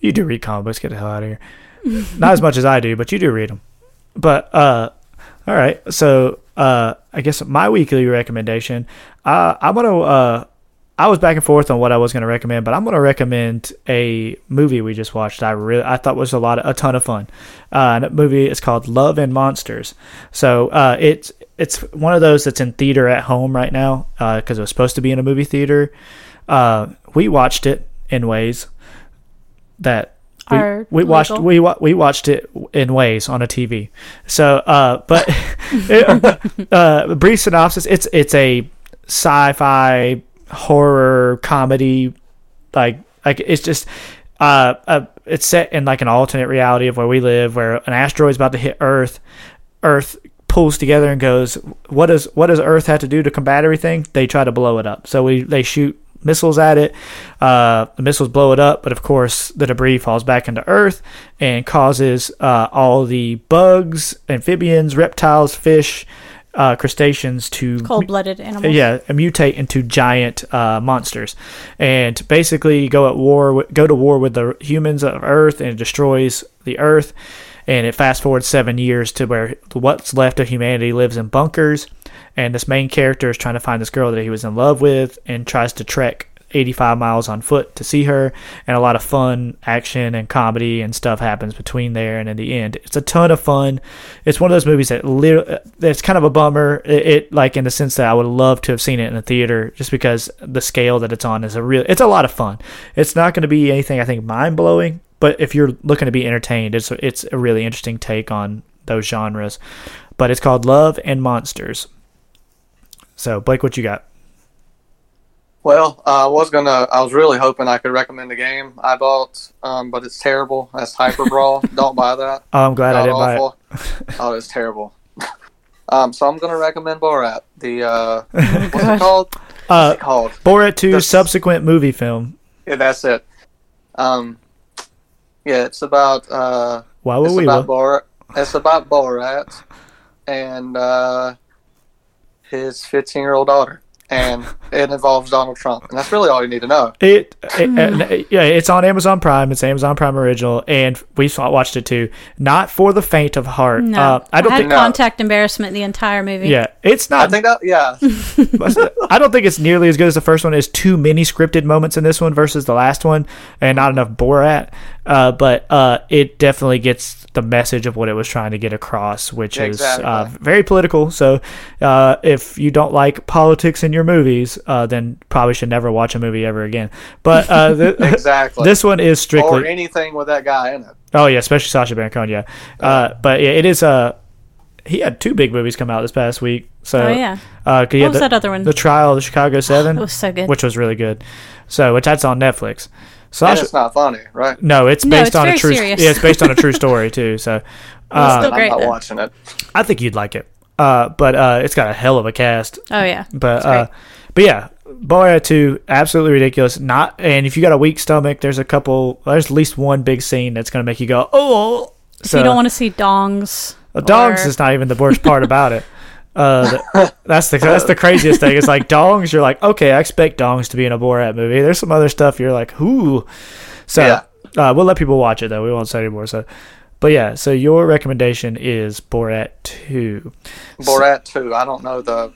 you do read comic books. Get the hell out of here. Not as much as I do, but you do read them. But uh, all right. So uh, I guess my weekly recommendation. Uh, I'm gonna. Uh, I was back and forth on what I was gonna recommend, but I'm gonna recommend a movie we just watched. I really I thought was a lot of, a ton of fun. Uh, and that movie is called Love and Monsters. So uh, it's it's one of those that's in theater at home right now because it was supposed to be in a movie theater. Uh, we watched it in ways that we,
Are
we watched
legal.
we wa- we watched it in ways on a TV. So, uh, but it, uh, brief synopsis: it's it's a sci-fi horror comedy, like like it's just uh, uh it's set in like an alternate reality of where we live, where an asteroid's about to hit Earth. Earth pulls together and goes, "What does what does Earth have to do to combat everything?" They try to blow it up. So we they shoot missiles at it. Uh, the missiles blow it up, but of course the debris falls back into Earth and causes uh, all the bugs, amphibians, reptiles, fish, uh, crustaceans to
Cold-blooded animal.
yeah, and mutate into giant uh, monsters, and basically go at war, wi- go to war with the humans of Earth, and it destroys the Earth. And it fast forwards seven years to where what's left of humanity lives in bunkers, and this main character is trying to find this girl that he was in love with, and tries to trek 85 miles on foot to see her, and a lot of fun action and comedy and stuff happens between there and in the end. It's a ton of fun. It's one of those movies that literally, that's kind of a bummer. It, it like in the sense that I would love to have seen it in a theater just because the scale that it's on is a real. It's a lot of fun. It's not going to be anything I think mind blowing, but if you're looking to be entertained, it's it's a really interesting take on those genres. But it's called Love and Monsters. So Blake, what you got?
Well, uh, I was gonna. I was really hoping I could recommend a game I bought, um, but it's terrible. That's Hyper Brawl. Don't buy that.
Oh, I'm glad I
God
didn't buy it.
awful. oh, it's terrible. Um, so I'm gonna recommend Borat. The
Oh
uh, what's it called?
Uh,
What's it called?
Borat 2
That's-
subsequent movie film.
Yeah, that's it. Um, yeah, it's about uh,
Why
it's
would Oh, we?
about
will?
Borat. It's about Borat and uh, his 15 year old daughter, and it involves Donald Trump, and that's really all you need to know.
It, it- and, uh, yeah, it's on Amazon Prime. It's Amazon Prime original, and we saw, watched it too. Not for the faint of heart.
No,
Uh, I don't
had
think.
No.
contact embarrassment the entire movie.
Yeah, it's
I
not.
think that yeah,
I don't think it's nearly as good as the first one. It's too many scripted moments in this one versus the last one, and not enough Borat. Uh, but uh, it definitely gets the message of what it was trying to get across, which
Yeah,
is uh,
exactly.
very political. So, uh, if you don't like politics in your movies, uh, then probably should never watch a movie ever again. But uh, th-
Exactly.
this one is strictly.
or anything with that guy in it.
Oh yeah, especially Sasha Baron Cohen. Yeah, uh, but yeah, it is. Uh, he had two big movies come out this past week. So
Oh, yeah.
uh, 'cause he
What
had
was
the-
that other one?
The Trial of the Chicago Seven.
That was so good.
which was really good. So which that's on Netflix.
And
Sasha,
it's not funny, right?
no, it's
No,
based
it's
on a
very
true.
serious.
Yeah, it's based on a true story too. So uh,
was still
I'm
great.
not
though.
watching it.
I think you'd like it. Uh, but uh, it's got a hell of a cast.
Oh yeah.
But
It's great.
uh, but yeah, Borat two absolutely ridiculous. Not and if you got a weak stomach, there's a couple. There's at least one big scene that's gonna make you go oh.
so you don't want to see dongs.
The Uh, dongs
or-
is not even the worst part about it. Uh, the, that's the that's the craziest thing. It's like dongs. You're like, okay, I expect dongs to be in a Borat movie. There's some other stuff. You're like, who? So uh, we'll let people watch it though. We won't say anymore. So, but yeah. So your recommendation is Borat two.
Borat two. I don't know the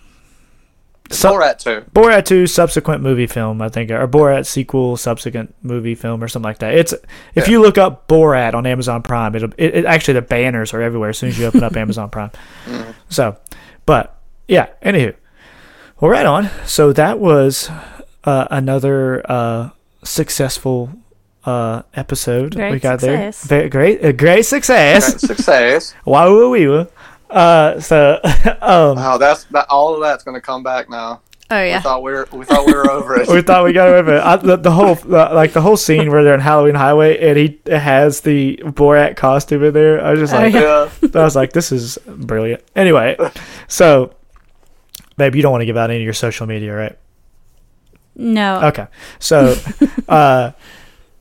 Su-
Borat two.
Borat two subsequent movie film, I think, or Borat sequel subsequent movie film, or something like that. It's if you look up Borat on Amazon Prime, it'll it, it actually the banners are everywhere as soon as you open up Amazon Prime. So, but yeah, anywho, well, right on. So that was uh, another uh, successful uh, episode
Great
we got
success.
there. Very great, a great success.
Success.
Wow, woo, wee, woo. Uh, so um,
Wow, that's that. All of that's gonna come back now.
Oh yeah.
We thought we were we thought we were over it.
we thought we got away with it. I, the, the whole the, like the whole scene where they're in Halloween Highway and he has the Borat costume in there. I was just
Oh,
like,
yeah.
I was like, this is brilliant. Anyway, so babe, you don't want to give out any of your social media, right?
No.
Okay, so uh,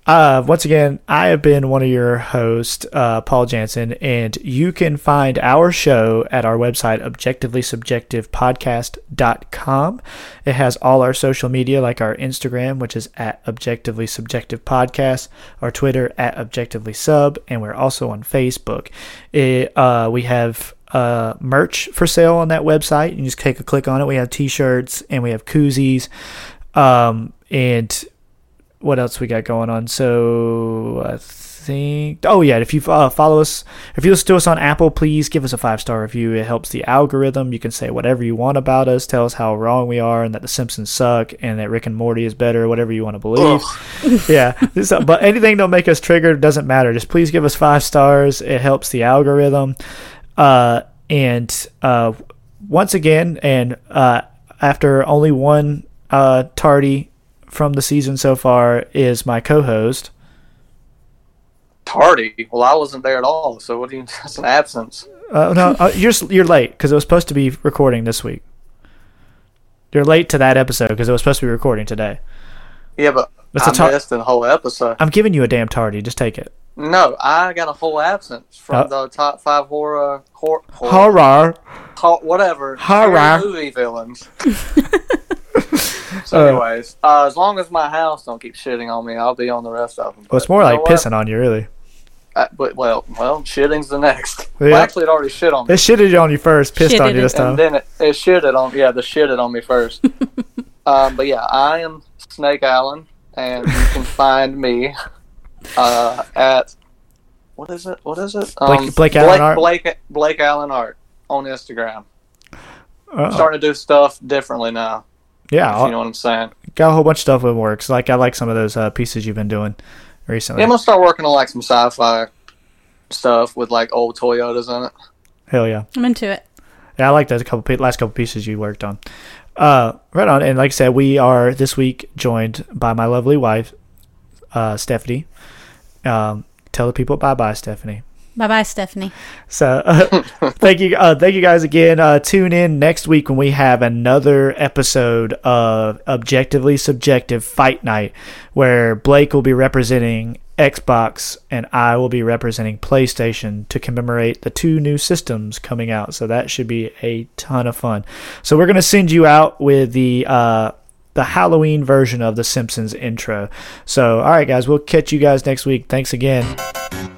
uh, once again, I have been one of your hosts, uh, Paul Jansen, and you can find our show at our website, objectivelysubjectivepodcast.com. It has all our social media, like our Instagram, which is at Objectively Subjective Podcast, our Twitter at Objectively Sub, and we're also on Facebook. It, uh, we have uh, merch for sale on that website. You just take a click on it. We have t shirts and we have koozies. Um, and what else we got going on? So I think oh yeah, if you uh, follow us, if you listen to us on Apple, please give us a five star review. It helps the algorithm. You can say whatever you want about us. Tell us how wrong we are and that The Simpsons suck and that Rick and Morty is better. Whatever you want to believe. yeah, This- but anything don't make us triggered doesn't matter. Just please give us five stars. It helps the algorithm. Uh, and uh, once again, and uh, after only one uh, tardy from the season so far is my co-host.
Tardy. Well, I wasn't there at all. So what do you? That's an absence.
Uh, no, uh, you're s- you're late because it was supposed to be recording this week. You're late to that episode because it was supposed to be recording today.
Yeah, but
That's a
I
tar-
missed the whole episode.
I'm giving you a damn tardy. Just take it.
No, I got a whole absence from
Oh.
the top five horror, horror, horror,
Horror.
ho- whatever
Horror.
scary movie villains. so,
Uh.
anyways, uh, as long as my house don't keep shitting on me, I'll be on the rest of them.
Well, it's more
you know
like
what?
pissing on you, really.
Uh, but well, well, shitting's the next.
Yeah.
Well, actually, it already shit on
It
me,
shitted on you first, pissed on
Shitted
you this
it.
time.
and then it, it shitted on yeah, the shitted on me first. um, but yeah, I am Snake Allen, and you can find me uh, at what is it? What is it? Um,
Blake- Blake Allen Art?
Blake Blake Allen Art on Instagram.
Oh,
Starting to do stuff differently now.
yeah,
if you know what I'm saying.
got a whole bunch of stuff in works. Like I like some of those uh, pieces you've been doing recently.
Yeah, I'm gonna start working on like some sci-fi stuff with like old Toyotas in it.
Hell yeah.
I'm into it.
Yeah, I like those couple pe- last couple pieces you worked on. Uh, right on. And like I said, we are this week joined by my lovely wife, uh, Stephanie. Um, tell the people bye bye, Stephanie.
Bye bye, Stephanie.
So uh, thank you, uh, thank you guys again. Uh, tune in next week when we have another episode of Objectively Subjective Fight Night, where Blake will be representing Xbox and I will be representing PlayStation to commemorate the two new systems coming out. So that should be a ton of fun. So we're gonna send you out with the. Uh, the Halloween version of the Simpsons intro. So, all right, guys, we'll catch you guys next week. Thanks again.